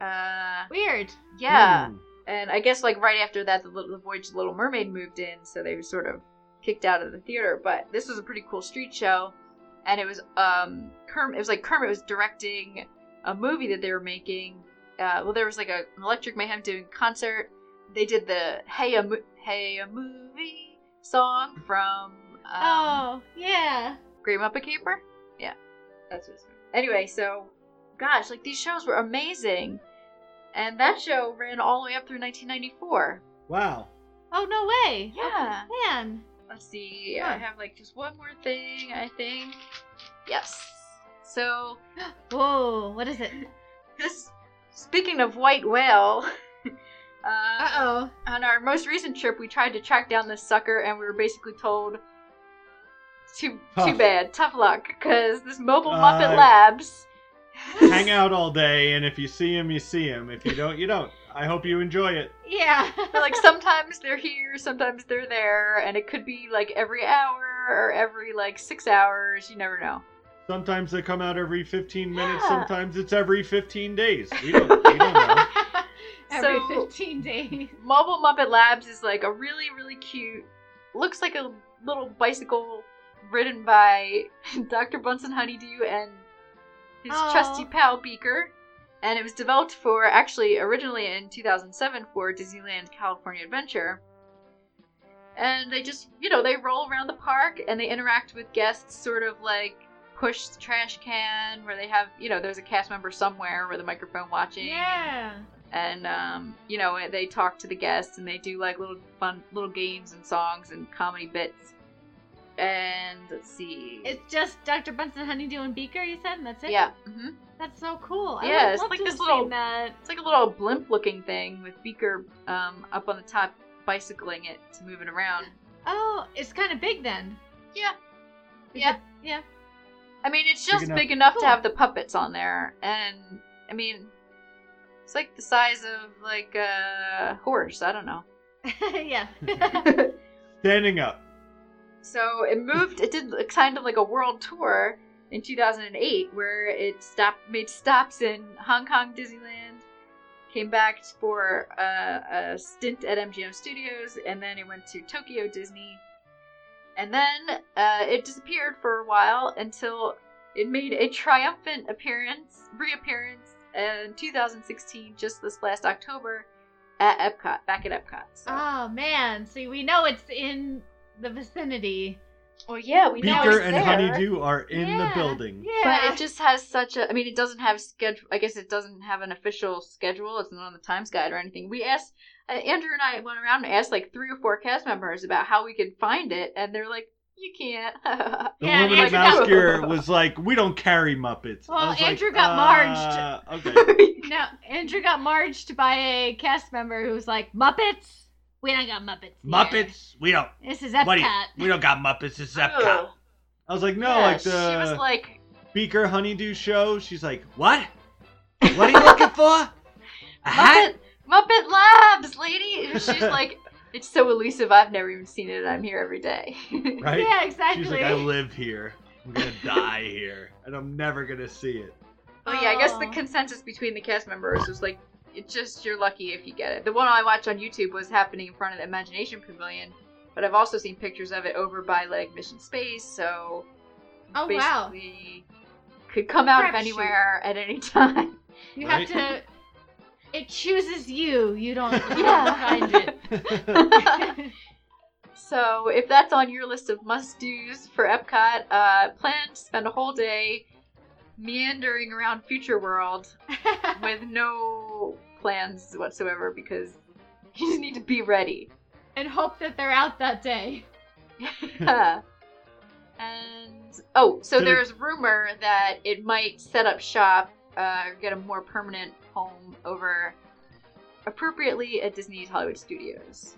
G: uh,
E: Weird.
G: yeah.
F: Mm.
G: And I guess like right after that, the, Little- the Voyage of the Little Mermaid moved in, so they sort of kicked out of the theater. But this was a pretty cool street show, and it was um Kermit. It was like Kermit was directing a movie that they were making. Uh, well, there was like a, an Electric Mayhem doing concert. They did the Hey a Mo- Hey a movie song from um,
E: oh, yeah.
G: Great Muppet Caper. Yeah, that's what it's called. Anyway, so gosh, like these shows were amazing, and that show ran all the way up through 1994.
F: Wow.
E: Oh, no way.
G: Yeah.
E: Oh, man.
G: Let's see. I
E: Huh.
G: have like just one more thing. I think. Yes. So
E: Whoa, what is it?
G: this. Speaking of white whale.
E: Uh
G: Uh,
E: oh.
G: on our most recent trip, we tried to track down this sucker, and we were basically told, "Too, too
F: Tough.
G: bad, tough luck, because this mobile
F: Uh,
G: Muppet Labs."
F: Hang out all day, and if you see him, you see him. If you don't, you don't. I hope you enjoy it.
E: Yeah.
G: But, like sometimes they're here, sometimes they're there, and it could be like every hour or every like six hours. You never know.
F: Sometimes they come out every 15 minutes.
G: Yeah.
F: Sometimes it's every 15 days. We don't, we don't know.
E: Every
G: So-
E: 15 days.
G: Mobile Muppet Labs is like a really, really cute. Looks like a little bicycle ridden by Dr. Bunsen Honeydew and his
E: Aw.
G: trusty pal Beaker. And it was developed for actually originally in 2007 for Disneyland California Adventure. And they just, you know, they roll around the park and they interact with guests, sort of like push the trash can, where they have, you know, there's a cast member somewhere with a microphone watching
E: Yeah.
G: and um, you know they talk to the guests and they do like little fun little games and songs and comedy bits and let's see
E: It's just Dr. Bunsen Honeydew and Beaker, you said? And that's it?
G: yeah
E: Mm-hmm.
G: hmm
E: That's so cool. I
G: Yeah,
E: would
G: it's
E: love
G: like
E: to
G: this
E: have
G: little-
E: seen that.
G: it's like a little blimp looking thing with beaker um, up on the top bicycling it to move it around
E: Oh, it's kind of big then.
G: Yeah.
E: Is
G: Yeah.
E: it- yeah.
G: i mean it's just
F: Big enough.
G: big enough to
E: Cool.
G: have the puppets on there and i mean it's like the size of like a horse i don't know
E: yeah.
F: Standing up.
G: So it moved. It did a kind of like a world tour in 2008, where it stopped, made stops in Hong Kong, Disneyland, came back for uh, a stint at MGM Studios, and then it went to Tokyo Disney, and then uh, it disappeared for a while until it made a triumphant appearance, reappearance in 2016, just this last October, at Epcot, back at Epcot. So.
E: oh man. See, we know it's in the vicinity.
G: well, Oh, yeah, we know
F: Beaker
G: it's
F: and
G: there.
F: Honeydew are in
E: Yeah.
F: the building.
E: Yeah.
G: But it just has such a. I mean, it doesn't have schedule. I guess it doesn't have an official schedule. It's not on the times guide or anything. We asked uh, Andrew and I went around and asked like three or four cast members about how we could find it, and they're like, "You can't."
F: The
E: Yeah,
F: woman at
G: Andrew got-
F: Mouse Gear was like, "We don't carry Muppets." I
E: Well,
F: was
E: Andrew
F: like,
E: got
F: uh, Okay.
E: no, Andrew got marched by a cast member who was like, Muppets? We don't got Muppets. here.
F: Muppets? We don't.
E: This is Epcot.
F: What do you- We don't got Muppets. It's Epcot.
G: Ugh.
F: I was like, no,
G: Yeah,
F: like the
G: she was like,
F: Beaker Honeydew show. She's like, what? What are you looking for? A hat?
G: Muppet, Muppet Labs, lady. And She's like, it's so elusive. I've never even seen it. I'm here every day.
F: Right?
E: Yeah, exactly.
F: She's like, I live here. I'm gonna die here, and I'm never gonna see it.
G: Oh yeah, I guess the
E: Aw.
G: consensus between the cast members was like, it's just you're lucky if you get it. The one I watched on YouTube was happening in front of the Imagination Pavilion, but I've also seen pictures of it over by like Mission Space, so
E: oh, wow.
G: basically could come out of
E: Crapshoot.
G: anywhere at any time.
E: You
F: Right?
E: have to. It chooses you. You don't, you
G: Yeah.
E: don't find it.
G: so if that's on your list of must-dos for Epcot, uh, plan to spend a whole day meandering around Future World with no plans whatsoever because you just need to be ready.
E: and hope that they're out that day.
G: and oh, so
F: Did it-
G: there's rumor that it might set up shop, uh, or get a more permanent home over appropriately at Disney's Hollywood Studios.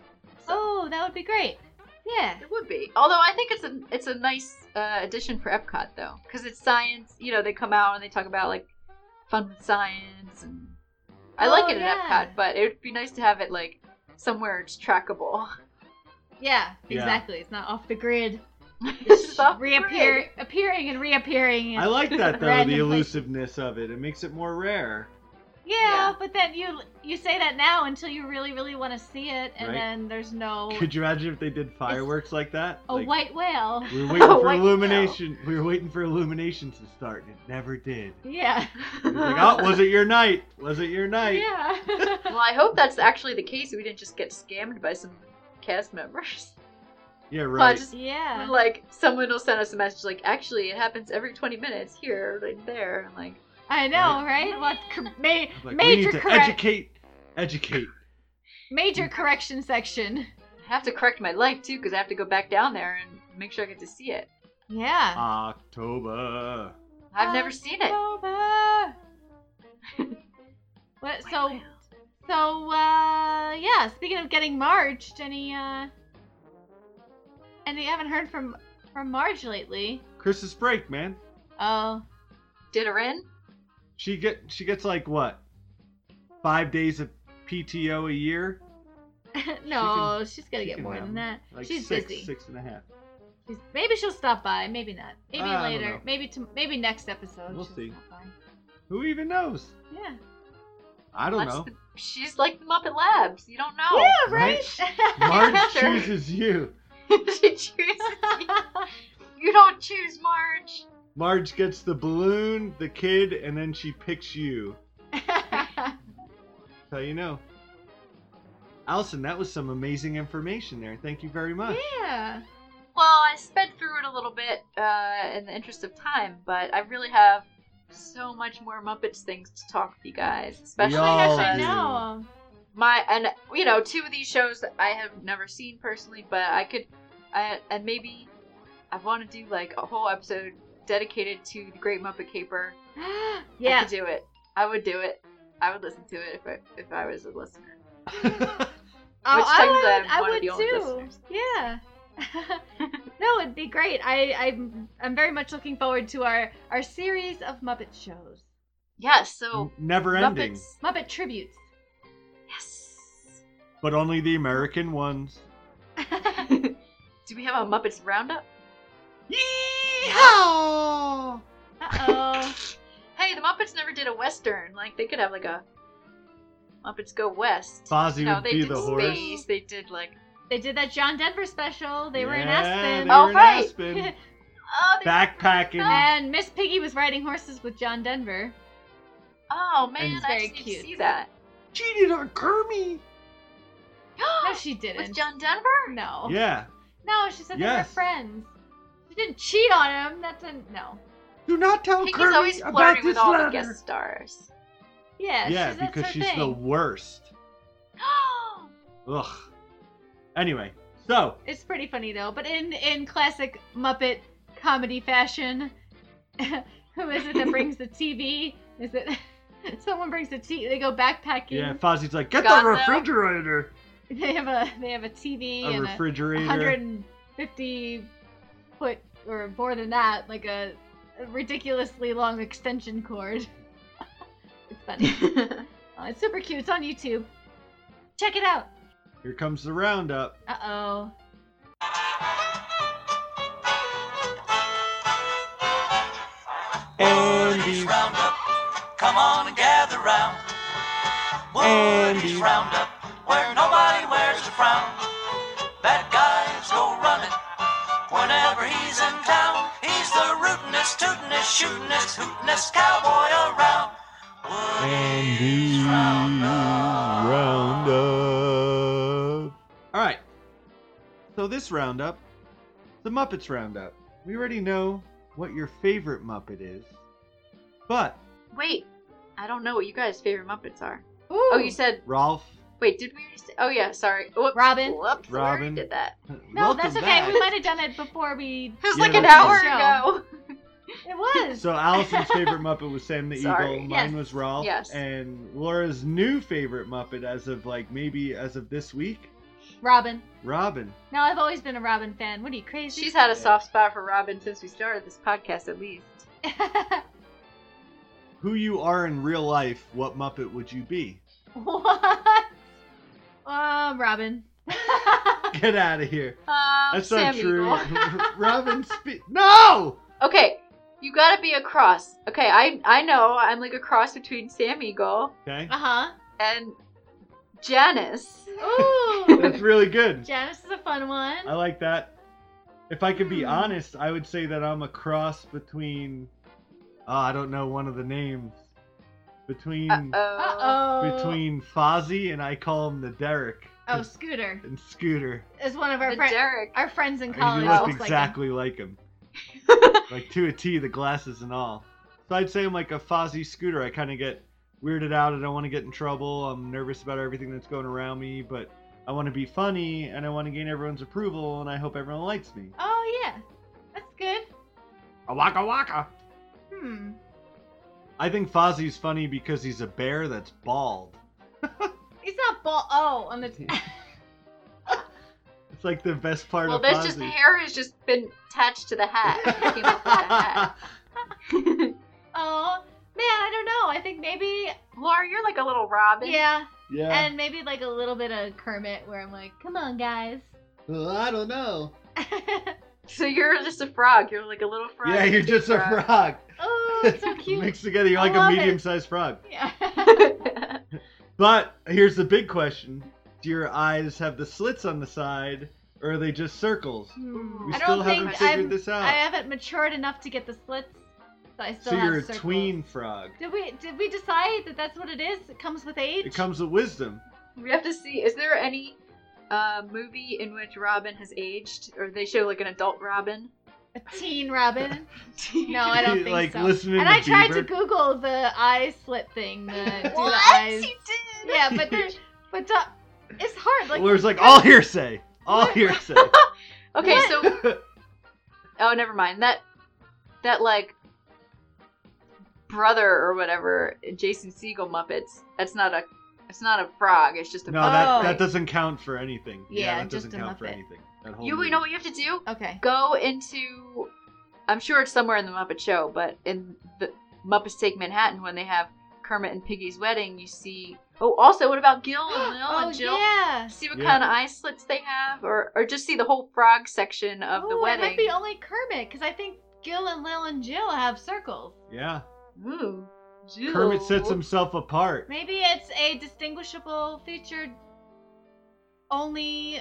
E: Oh, that would be great. Yeah.
G: It would be, although I think it's a it's a nice uh, addition for Epcot though, because it's science. You know, they come out and they talk about like fun with science, and I
E: Oh,
G: like it
E: yeah.
G: at Epcot, but it would be nice to have it like somewhere it's trackable.
E: Yeah,
F: Yeah.
E: exactly. It's not off the grid.
G: It's just off the grid.
E: Reappear, appearing and reappearing.
F: I like that though,
E: Random
F: the
E: place.
F: elusiveness of it. It makes it more rare.
E: Yeah,
G: Yeah.
E: but then you you say that now until you really really want to see it, and
F: Right.
E: then there's no
F: Could you imagine if they did fireworks like that?
E: a
F: Like,
E: white whale.
F: We were waiting for
G: White
F: illumination. We were waiting for illuminations to start, and it never did.
E: Yeah,
F: It was like, oh, was it your night? Was it your night?
E: yeah.
G: Well, I hope that's actually the case. We didn't just get scammed by some cast members.
F: Yeah,
G: Well, I
F: right.
G: just-
E: yeah.
G: Like someone will send us a message like, actually, it happens every 20 minutes here, right there. and I'm like,
E: I know, right? What cor- ma-
F: Like, we
E: major
F: need to
E: correct
F: educate, educate. Mm.
E: major correction section?
G: I have to correct my life too because I have to go back down there and make sure I get to see it.
E: Yeah.
F: Ah. October.
G: I've never seen it.
E: October. what? So, so uh, yeah. Speaking of getting marged, any uh, any I haven't heard from from Marge lately.
F: Christmas break, man.
E: Oh,
G: Did her in?
F: She get she gets like what? Five days of PTO a year.
E: no, she's gonna
F: she
E: get
F: can
E: more
F: have
E: than that.
F: Like
E: she's
F: six,
E: busy.
F: six and a half.
E: She's, maybe she'll stop by. Maybe not. Maybe
F: I don't
E: later.
F: know.
E: Maybe to, maybe next episode.
F: We'll
E: she'll
F: see.
E: stop by.
F: Who even knows?
E: Yeah.
F: I don't
G: That's
F: know.
G: the- she's like the Muppet Labs. You don't know.
E: Yeah.
F: right?
E: Oh, Right.
F: March
G: Sure.
F: chooses you.
G: she chooses. you. You don't choose Marge.
F: Marge gets the balloon, the kid, and then she picks you. That's how you know. Allison, that was some amazing information there. Thank you very much.
E: yeah.
G: Well, I sped through it a little bit uh, in the interest of time, but I really have so much more Muppets things to talk with you guys, especially
F: all
E: Gosh,
F: Oh,
E: I
F: dude.
E: know.
G: my and you know two of these shows that I have never seen personally, but I could, I, and maybe I want to do like a whole episode dedicated to the Great Muppet Caper. I
E: yeah.
G: could do it. I would do it. I would listen to it if I if I was a listener.
E: Oh,
G: Which
E: I
G: technically
E: would,
G: I'm
E: I
G: one of
E: would
G: the only
E: too.
G: listeners.
E: Yeah. no, it'd be great. I, I'm, I'm very much looking forward to our, our series of Muppet shows,
G: Yes. so
F: Never ending,
G: Muppets.
E: Muppet tributes.
G: Yes.
F: but only the American ones.
G: do we have a Muppets roundup?
E: Yeehaw! Uh oh.
G: Hey, the Muppets never did a western. Like they could have like a Muppets Go West.
F: Fozzie
G: no,
F: would
G: they
F: be
G: did
F: the horse.
G: space. They did like
E: They did that John Denver special. They were in
F: Yeah,
E: Aspen.
F: They
G: Oh,
F: were in
G: right.
F: Aspen.
G: oh they-
F: Backpacking.
E: And Miss Piggy was riding horses with John Denver.
G: oh man,
E: It's
G: I
E: very
G: just need to
E: cute.
G: see that.
F: Cheated on Kermie.
E: No, she didn't.
G: With John Denver? Oh.
E: No.
F: Yeah.
E: No, she said they were
F: Yes.
E: friends. She didn't cheat on him. That didn't. No.
F: Do not tell
G: Piggy's
F: Kermie
G: always
F: about
G: flirting
F: this
G: with all
F: letter.
G: the guest stars.
E: Yeah.
F: yeah,
E: she's, that's
F: because
E: her
F: she's
E: thing.
F: the worst. Ugh. Anyway, so
E: It's pretty funny though, but in in classic Muppet comedy fashion, who is it that brings the TV? Is it someone brings the TV? They go backpacking.
F: yeah, Fozzie's like, get the
G: Gonzo.
F: refrigerator.
E: They have a they have a TV
F: A
E: and a
F: refrigerator.
E: 150 foot or more than that, like a, a ridiculously long extension cord. it's funny. Oh, it's super cute. It's on YouTube. Check it out.
F: Here comes the roundup.
E: Uh oh.
F: Andy.
H: Roundup, come on and gather round. Woody's
F: Andy.
H: Roundup, where nobody wears a frown. Bad guys go running whenever he's in town. He's the rootinest, tootinest, shootinest, hootinest cowboy around. Woody's Roundup.
F: All right. So this roundup, the Muppets roundup. We already know what your favorite Muppet is, but
G: Wait, I don't know what you guys' favorite Muppets are.
E: Ooh.
G: Oh, you said
F: Ralph.
G: wait. Did we? Already say, oh yeah, sorry. Whoops,
E: Robin.
G: Whoops, we already
F: Robin.
G: did that.
E: No,
F: welcome
E: that's okay.
F: back.
E: We might have done it before we.
G: It was
F: Yeah,
G: like an
F: that's
G: hour
E: the
G: ago.
E: It was.
F: So Allison's favorite Muppet was Sam the
G: Sorry.
F: Eagle. Mine
E: Yes.
F: was Ralph.
G: Yes.
F: And Laura's new favorite Muppet, as of like maybe as of this week,
E: Robin.
F: Robin.
E: No, I've always been a Robin fan. What are you crazy?
G: She's had a soft spot for Robin since we started this podcast, at least.
F: Who you are in real life? What Muppet would you be?
E: what? Um, Robin.
F: Get out of here.
E: Oh,
G: Um,
F: That's
G: Sam
F: not true.
G: Eagle.
F: Robin. Spe- no.
G: okay, You gotta be a cross. Okay, I I know I'm like a cross between Sam Eagle
F: Okay,
E: Uh
G: and Janice.
E: huh.
F: that's
E: Ooh.
F: really good.
E: Janice is a fun one.
F: I like that. If I could be
E: Hmm.
F: honest, I would say that I'm a cross between. Oh, I don't know one of the names. Between
G: Uh oh.
E: Uh oh.
F: between Fozzie and I call him the Derek
E: Oh, Scooter
F: and Scooter.
E: is one of our
G: The
E: friends.
G: Derek.
E: Our friends in
F: He
E: college
F: looked
E: looks
F: exactly like him. like to a T, the glasses and all. So I'd say I'm like a Fozzie Scooter. I kind of get weirded out. I don't want to get in trouble. I'm nervous about everything that's going around me, but I want to be funny and I want to gain everyone's approval, and I hope everyone likes me.
E: like him. Oh yeah, that's good.
F: A waka waka.
E: Hmm.
F: I think Fozzie's funny because he's a bear that's bald.
E: He's not ball. Oh, on the. T-
F: It's like the best part
G: Well,
F: of
G: there's just
F: Fozzie.
G: hair has just been attached to the hat. He came up with that hat.
E: oh man, I don't know. I think maybe
G: Laura, you're like a little Robin.
E: yeah,
F: yeah.
E: and maybe like a little bit of Kermit, where I'm like, come on, guys.
F: Well, I don't know.
G: So you're just a frog. You're like a little frog.
F: yeah, you're just a frog.
E: oh, it's so cute.
F: Mixed together, you're
E: I
F: like a
E: love it.
F: medium-sized frog.
E: Yeah.
F: But here's the big question: Do your eyes have the slits on the side, or are they just circles?
E: Hmm.
F: We
E: I
F: still
E: don't
F: haven't
E: think
F: figured
E: I'm.
F: this out.
E: I haven't matured enough to get the slits, so I still
F: so
E: have
F: you're a
E: circles.
F: tween frog.
E: Did we did we decide that that's what it is? It comes with age.
F: It comes with wisdom.
G: We have to see. Is there any uh, movie in which Robin has aged, or they show like an adult Robin?
E: a teen Robin. No, I don't think
F: like
E: so.
F: listening
E: and
F: to
E: I tried to
F: Bieber.
E: Google the eye slit thing. The, do the eyes.
G: did.
E: Yeah, but there, but uh, it's hard. Like
F: Where it's like all hearsay, all hearsay.
G: Okay, so oh, never mind that. That like brother or whatever Jason Siegel Muppets. That's not a. It's not a frog. It's just a.
F: no,
G: frog.
E: Oh.
F: that that doesn't count for anything.
E: Yeah,
F: that
E: just
F: doesn't
E: a
F: count for
E: Muppet.
F: anything. That whole
G: You
F: movie.
G: you know what you have to do?
E: okay.
G: Go into. I'm sure it's somewhere in the Muppet Show, but in the Muppets Take Manhattan, when they have Kermit and Piggy's wedding, you see. Oh, also, what about Gil and Lil
E: oh
G: and Jill?
E: yeah.
G: See what
F: Yeah.
G: kind of eye slits they have, or or just see the whole frog section of the
E: Ooh,
G: wedding.
E: It might be only Kermit because I think Gil and Lil and Jill have circles.
F: Yeah,
G: Ooh, Jill.
F: Kermit sets himself apart.
E: Maybe it's a distinguishable feature. Only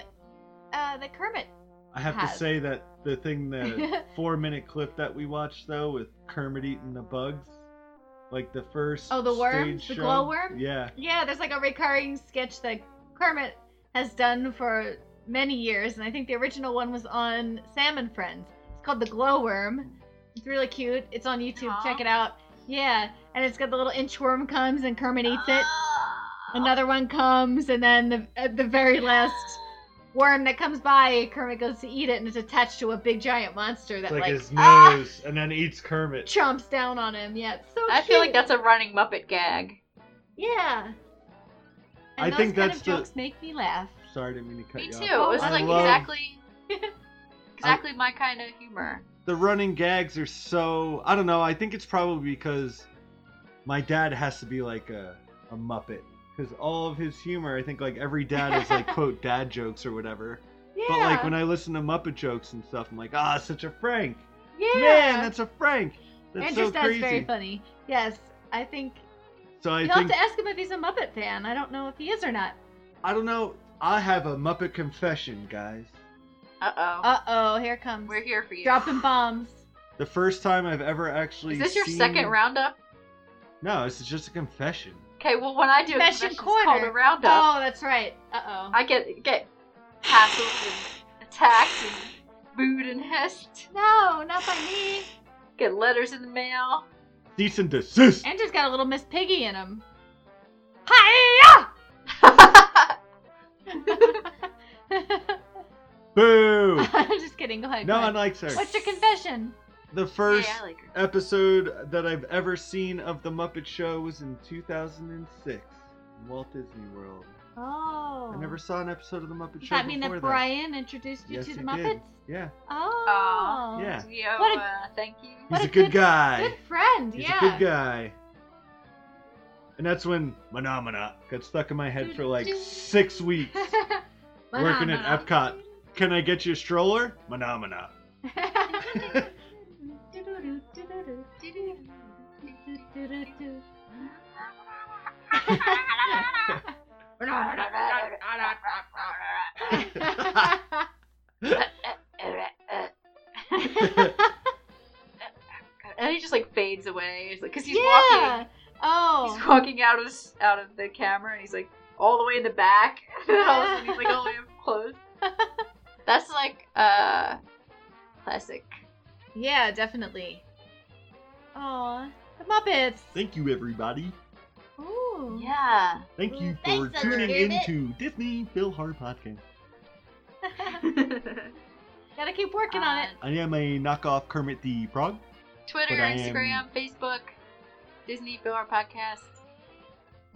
E: uh, the Kermit.
F: I have to
E: has.
F: say that the thing, the four-minute clip that we watched though, with Kermit eating the bugs, like the first.
E: Oh, the worms?
F: stage
E: The
F: show-
E: glowworm?
F: Yeah.
E: Yeah, there's like a recurring sketch that Kermit has done for many years, and I think the original one was on Salmon Friends. It's called The Glowworm. It's really cute. It's on YouTube.
G: Aw.
E: Check it out. Yeah, and it's got the little inchworm comes and Kermit eats it. Another one comes, and then the at the very last worm that comes by, Kermit goes to eat it, and it's attached to a big giant monster that
F: It's like,
E: like,
F: his
E: ah,
F: nose, and then eats Kermit.
E: chomps down on him. Yeah, it's so
G: I feel like
E: cute.
G: that's a running Muppet gag.
E: yeah. And
F: I
E: those
F: think
E: kind
F: that's
E: of
F: the-
E: jokes make me laugh.
F: Sorry, didn't mean to cut
G: Me
F: you
G: too.
F: off.
G: It was
F: I
G: like
F: love-
G: exactly, exactly my kind of humor.
F: The running gags are so. I don't know. I think it's probably because my dad has to be like a, a Muppet. Because all of his humor, I think like every dad is like, quote, dad jokes or whatever.
E: Yeah.
F: But like when I listen to Muppet jokes and stuff, I'm like, ah, such a Frank.
E: yeah.
F: Man, that's a Frank. That's
E: Andrew
F: so
E: Stodd's
F: crazy.
E: very funny. Yes, I think
F: So I
E: you'll have
F: think.
E: to ask him if he's a Muppet fan. I don't know if he is or not.
F: I don't know. I have a Muppet confession, guys.
G: Uh oh.
E: Uh oh, here it comes
G: We're here for you.
E: dropping bombs.
F: The first time I've ever actually.
G: Is this your
F: seen-
G: second roundup?
F: No, this is just a confession.
G: Okay, well when I do a
E: Confession
G: confession it's called
E: corner.
G: a roundup,
E: Oh, that's right. Uh oh.
G: I get get hassled and attacked and booed and hissed.
E: No, not by me.
G: Get letters in the mail.
F: Cease and desist.
E: Andrew's got a little Miss Piggy in him. Hiya!
F: Boo.
E: I'm just kidding. Go ahead.
F: no
E: go ahead.
F: one likes her.
E: What's your confession?
F: The first
G: Yeah, I like her.
F: episode that I've ever seen of The Muppet Show was in 2006 in Walt Disney World.
E: Oh.
F: I never saw an episode of The Muppet
E: Does
F: Show
E: that mean that
F: before
E: Brian introduced you
F: yes,
E: to the
F: he
E: Muppets?
F: Did. Yeah.
E: Oh.
F: Yeah.
G: Geo,
E: What a-
G: uh, thank you.
E: What
F: He's
E: a
F: a, good,
E: good-
F: guy.
E: Good friend.
F: He's
E: yeah.
F: a good guy. And that's when Phenomena got stuck in my head for like six weeks working at Epcot. Can I get you a stroller? Phenomena.
G: And he just like fades away, because he's walking.
E: yeah.
G: He's
E: Oh.
G: walking out of s- out of the camera, and he's like all the way in the back. and all of a sudden he's like all the way up close. That's like uh, classic.
E: Yeah, definitely. Aw, the Muppets.
F: Thank you, everybody.
E: Ooh.
G: Yeah.
F: Thank you for
E: Thanks, Uncle
F: tuning
E: Kermit.
F: into Disney Phil Hart Podcast.
E: Gotta keep working on it.
F: I am a knockoff Kermit the Frog.
G: Uh, Twitter,
F: But I am-
G: Instagram, Facebook, Disney Film Our Podcast,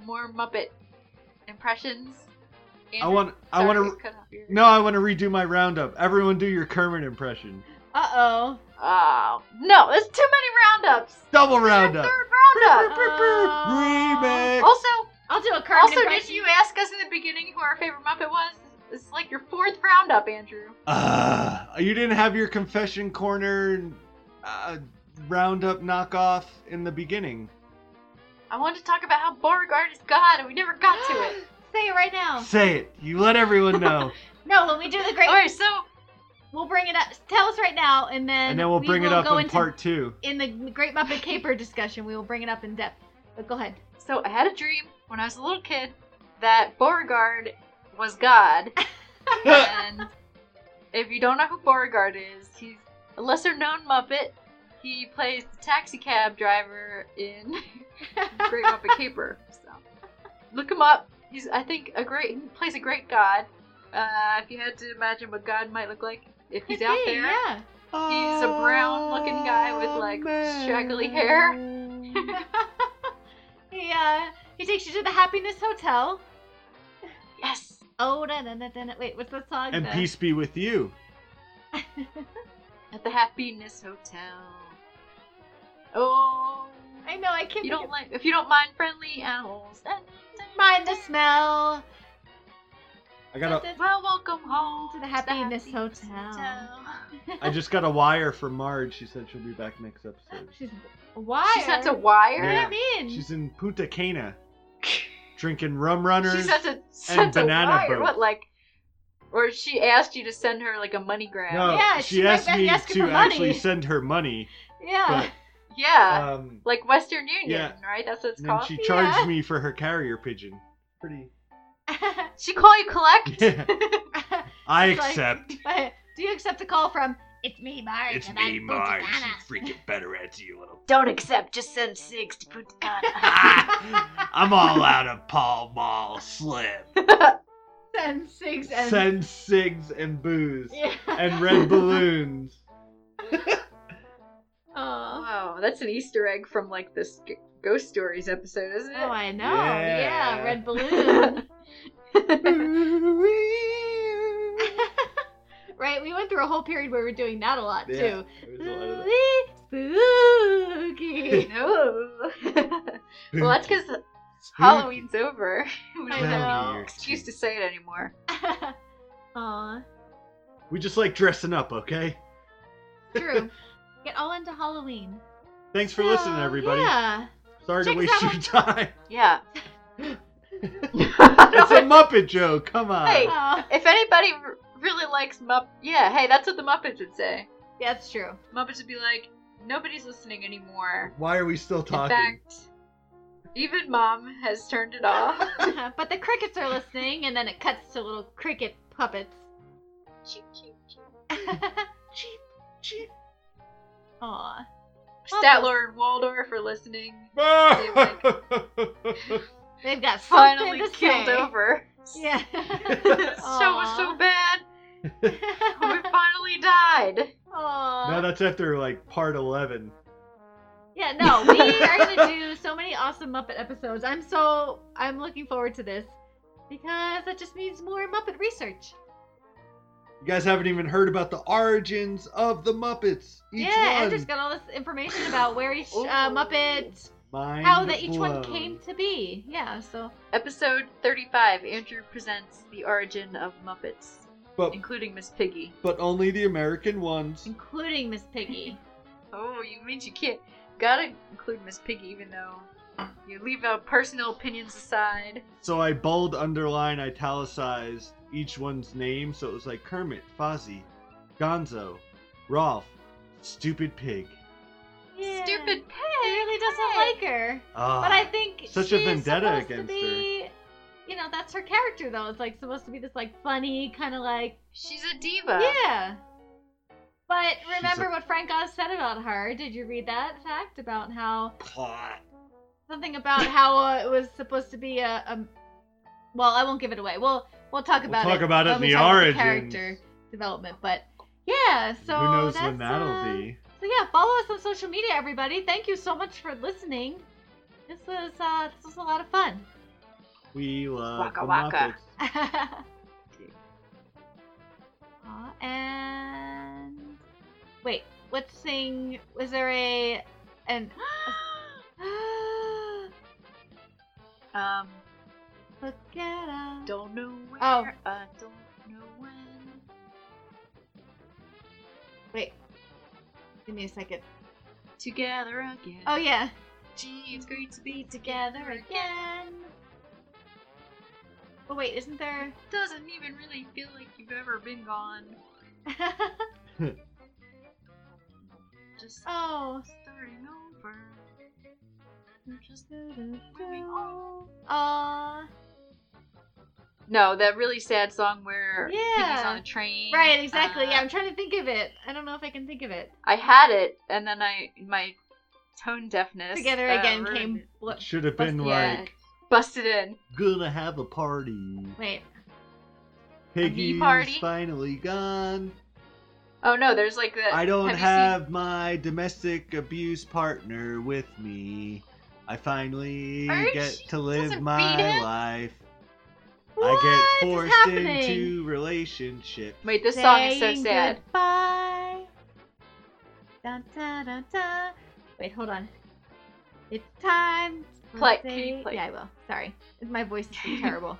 G: more Muppet impressions.
F: I want. I want to.
G: to.
F: No, I want to redo my roundup. Everyone, do your Kermit impression.
E: Uh oh.
G: Oh no, there's too many roundups.
F: Double
G: There's a
F: roundup.
G: Third roundup.
E: Oh.
F: Remix.
G: Also,
E: I'll do a Kermit
G: also, did
E: impression.
G: you ask us in the beginning who our favorite Muppet was? This is like your fourth roundup, Andrew.
F: Uh, you didn't have your confession corner uh, roundup knockoff in the beginning.
G: I wanted to talk about how Beauregard is God, and we never got to it.
E: Say it right now.
F: Say it. You let everyone know,
E: No, when we do the great,
G: All right, so
E: we'll bring it up. Tell us right now, and then
F: and then we'll
E: we
F: bring it
E: will
F: up
E: go
F: in
E: into,
F: part two.
E: in the Great Muppet Caper discussion. We will bring it up in depth. But go ahead.
G: So I had a dream when I was a little kid that Beauregard was God. and if you don't know who Beauregard is, he's a lesser known Muppet. He plays the taxi cab driver in Great Muppet Caper. So look him up. He's I think a great he plays a great God. Uh, if you had to imagine what God might look like if he's
E: Could
G: out
E: be,
G: there.
E: Yeah.
G: He's a brown looking guy with
F: Oh,
G: like straggly hair.
E: He uh, he takes you to the Happiness Hotel.
G: Yes.
E: Oh, da, da, da, da, da. wait, what's that song?
F: And
E: The-
F: peace be with you.
G: At the Happiness Hotel. Oh.
E: I know I can't. think
G: You don't
E: of-
G: like if you don't mind friendly animals. Then
E: mind the smell.
F: I got a.
G: well, welcome home
E: To the Happiness Hotel.
F: I just got a wire from Marge. She said she'll be back next episode.
E: She's why?
G: She sent a
E: What do
G: wire.
E: you
F: Yeah.
E: mean?
F: She's in Punta Cana, drinking rum runners.
G: She sent a sent a
F: banana
G: wire.
F: boat.
G: What like? Or she asked you to send her like a money grab.
F: no,
E: Yeah,
F: she,
E: she might
F: asked
E: be
F: me
E: asking
F: to
E: for money. Uh,
F: actually send her money,
E: yeah.
F: but
G: Yeah,
F: um,
G: like Western Union,
F: yeah.
G: right? That's what it's
F: and then
G: called.
F: she
G: She...
F: charged
E: Yeah.
F: me for her carrier pigeon. Pretty.
G: call you collect.
F: Yeah, I
E: It's like-
F: accept.
E: But do you accept a call from? It's me, Marge.
B: It's
E: and
B: me,
E: I'm
B: Marge.
E: Punta
B: You freaking better at you, little.
G: Don't accept. Just send six to put
B: I'm all out of Paul Mall Slim.
E: Cana. Send six and
F: Send cigs and booze
E: yeah.
F: and red balloons.
E: Aw.
G: Wow, that's an Easter egg from like this g- Ghost Stories episode, isn't
E: Oh,
G: it?
E: I know. Yeah,
F: Yeah.
E: red balloon. right, we went through a whole period where we were doing that a lot
F: Yeah,
E: too.
F: there was a lot of that.
E: Ooh, Spooky.
G: no. well, that's because Halloween's over. we
E: I
G: don't have
E: know.
G: any excuse to say it anymore.
E: Aw,
F: We just like dressing up, okay?
E: true. Get all into Halloween.
F: Thanks for
E: So,
F: listening, everybody.
E: Yeah.
F: Sorry to
E: Check us
F: waste
E: out
F: your time.
G: Yeah.
F: It's a Muppet joke. Come on.
G: Hey.
E: Oh,
G: if anybody r- really likes Mupp, yeah, hey, that's what the Muppets would say.
E: yeah, that's true.
G: Muppets would be like, nobody's listening anymore.
F: Why are we still
G: In
F: talking?
G: fact, even mom has turned it off.
E: Uh-huh. but the crickets are listening, and then it cuts to little cricket puppets.
G: Cheep, cheep, cheep.
E: cheep, cheep. Aw.
G: Statler and Waldorf are listening.
E: They've got
G: Finally
E: something to
G: killed
E: say.
G: over.
E: Yeah.
G: this show was so
E: Aw.
G: bad. We finally died.
E: Aw.
F: no, that's after like part eleven.
E: yeah, no, we are gonna do so many awesome Muppet episodes. I'm so I'm looking forward to this because that just means more Muppet research.
F: You guys haven't even heard about the origins of the Muppets. Each
E: yeah,
F: one.
E: Andrew's got all this information about where each
G: Ooh.
E: uh, Muppet,
F: Mind
E: how that each one
F: blown.
E: came to be. Yeah, so
G: Episode 35 Andrew presents the origin of Muppets,
F: But
G: including Miss Piggy.
F: but only the American ones.
E: including Miss Piggy.
G: Oh, you mean you can't? Gotta include Miss Piggy, even though you leave our personal opinions aside.
F: So I bold, underline, italicized each one's name. So it was like Kermit, Fozzie, Gonzo, Rolf, Stupid Pig.
G: Stupid pig!
E: He really doesn't like her.
F: Ah,
E: But I think
F: Such a
E: she's
F: vendetta
E: supposed
F: against
E: to be, You know, that's her character though. It's like supposed to be this like funny kind of like
G: She's a diva.
E: yeah. But remember
F: a-
E: what Frank Oz said about her. Did you read that fact about how
B: Plot.
E: something about how uh, it was supposed to be a, a well, I won't give it away. We'll we'll talk
F: We'll
E: about
F: talk
E: it.
F: about it
E: when
F: in
E: we
F: the
E: talk about
F: origins.
E: character development, but yeah, so
F: who knows
E: that's,
F: when that'll
E: uh,
F: be?
E: so yeah, follow us on social media, everybody. Thank you so much for listening. This was uh, this was a lot of fun.
F: We love
G: Waka
F: the
G: waka.
F: Muppets.
E: Aw, and wait, what thing was there a an
G: Um,
E: look at us?
G: don't know where.
E: Oh.
G: I don't know when.
E: Wait, give me a second.
G: Together again.
E: Oh yeah,
G: Gee, it's great to be together
E: together
G: again.
E: again. Oh wait, isn't there?
G: Doesn't even really feel like you've ever been gone. Just
E: oh.
G: starting over. Just
E: Aw.
G: No, that really sad song where Piggy's
E: Yeah.
G: on a train.
E: Right, exactly.
G: Uh,
E: yeah, I'm trying to think of it. I don't know if I can think of it.
G: I had it, and then I my tone deafness
E: Together
G: uh,
E: again
G: ruined
E: came.
G: it.
E: blo-
F: Should have been
E: Busted.
F: like
G: busted in.
F: gonna have a party.
E: Wait.
F: Piggy's
G: party?
F: finally gone.
G: Oh no, there's like the.
F: I don't
G: have you
F: have my domestic abuse partner with me. I finally
G: Aren't
F: get
G: she-
F: to live
G: doesn't beat
F: my
G: him?
F: life.
E: What
F: I
E: is
F: get forced
E: happening?
F: into relationship.
G: Seen... Wait, this song is so
E: Saying
G: sad.
E: Goodbye. Dun, dun, dun, dun. Wait, hold on. It's time. to
G: Play. Can you play?
E: Yeah, I will. Sorry, my voice is so terrible.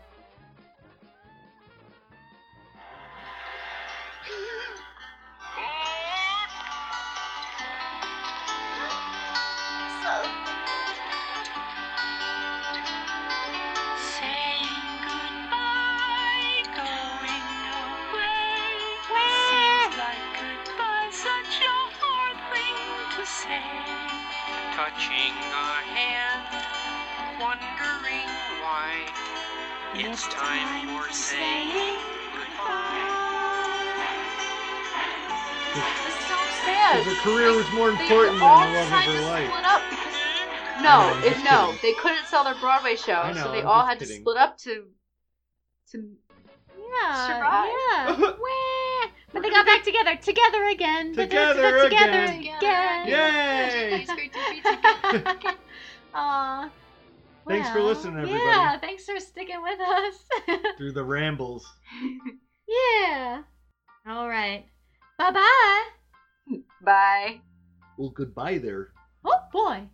I: Touching a hand, wondering why it's time for saying goodbye.
G: This is so sad.
F: Her career was more
G: They
F: important than the
G: all
F: love of
G: decided
F: her
G: to
F: life.
G: split up because no,
F: I'm
G: it,
F: just
G: no,
F: kidding.
G: they couldn't sell their Broadway show,
F: I know,
G: so they
F: I'm
G: all
F: just
G: had
F: kidding.
G: to split up to to
E: Yeah.
G: Survive.
E: Yeah. Wah. But they got back together, together again.
F: Together
E: together
F: again.
E: again.
F: Yay!
G: It's great to be together.
E: Aw.
F: Thanks for
E: Well,
F: listening, everybody.
E: Yeah, thanks for sticking with us.
F: Through the rambles.
E: yeah. All right. Bye bye.
G: Bye.
F: Well, goodbye there.
E: Oh boy.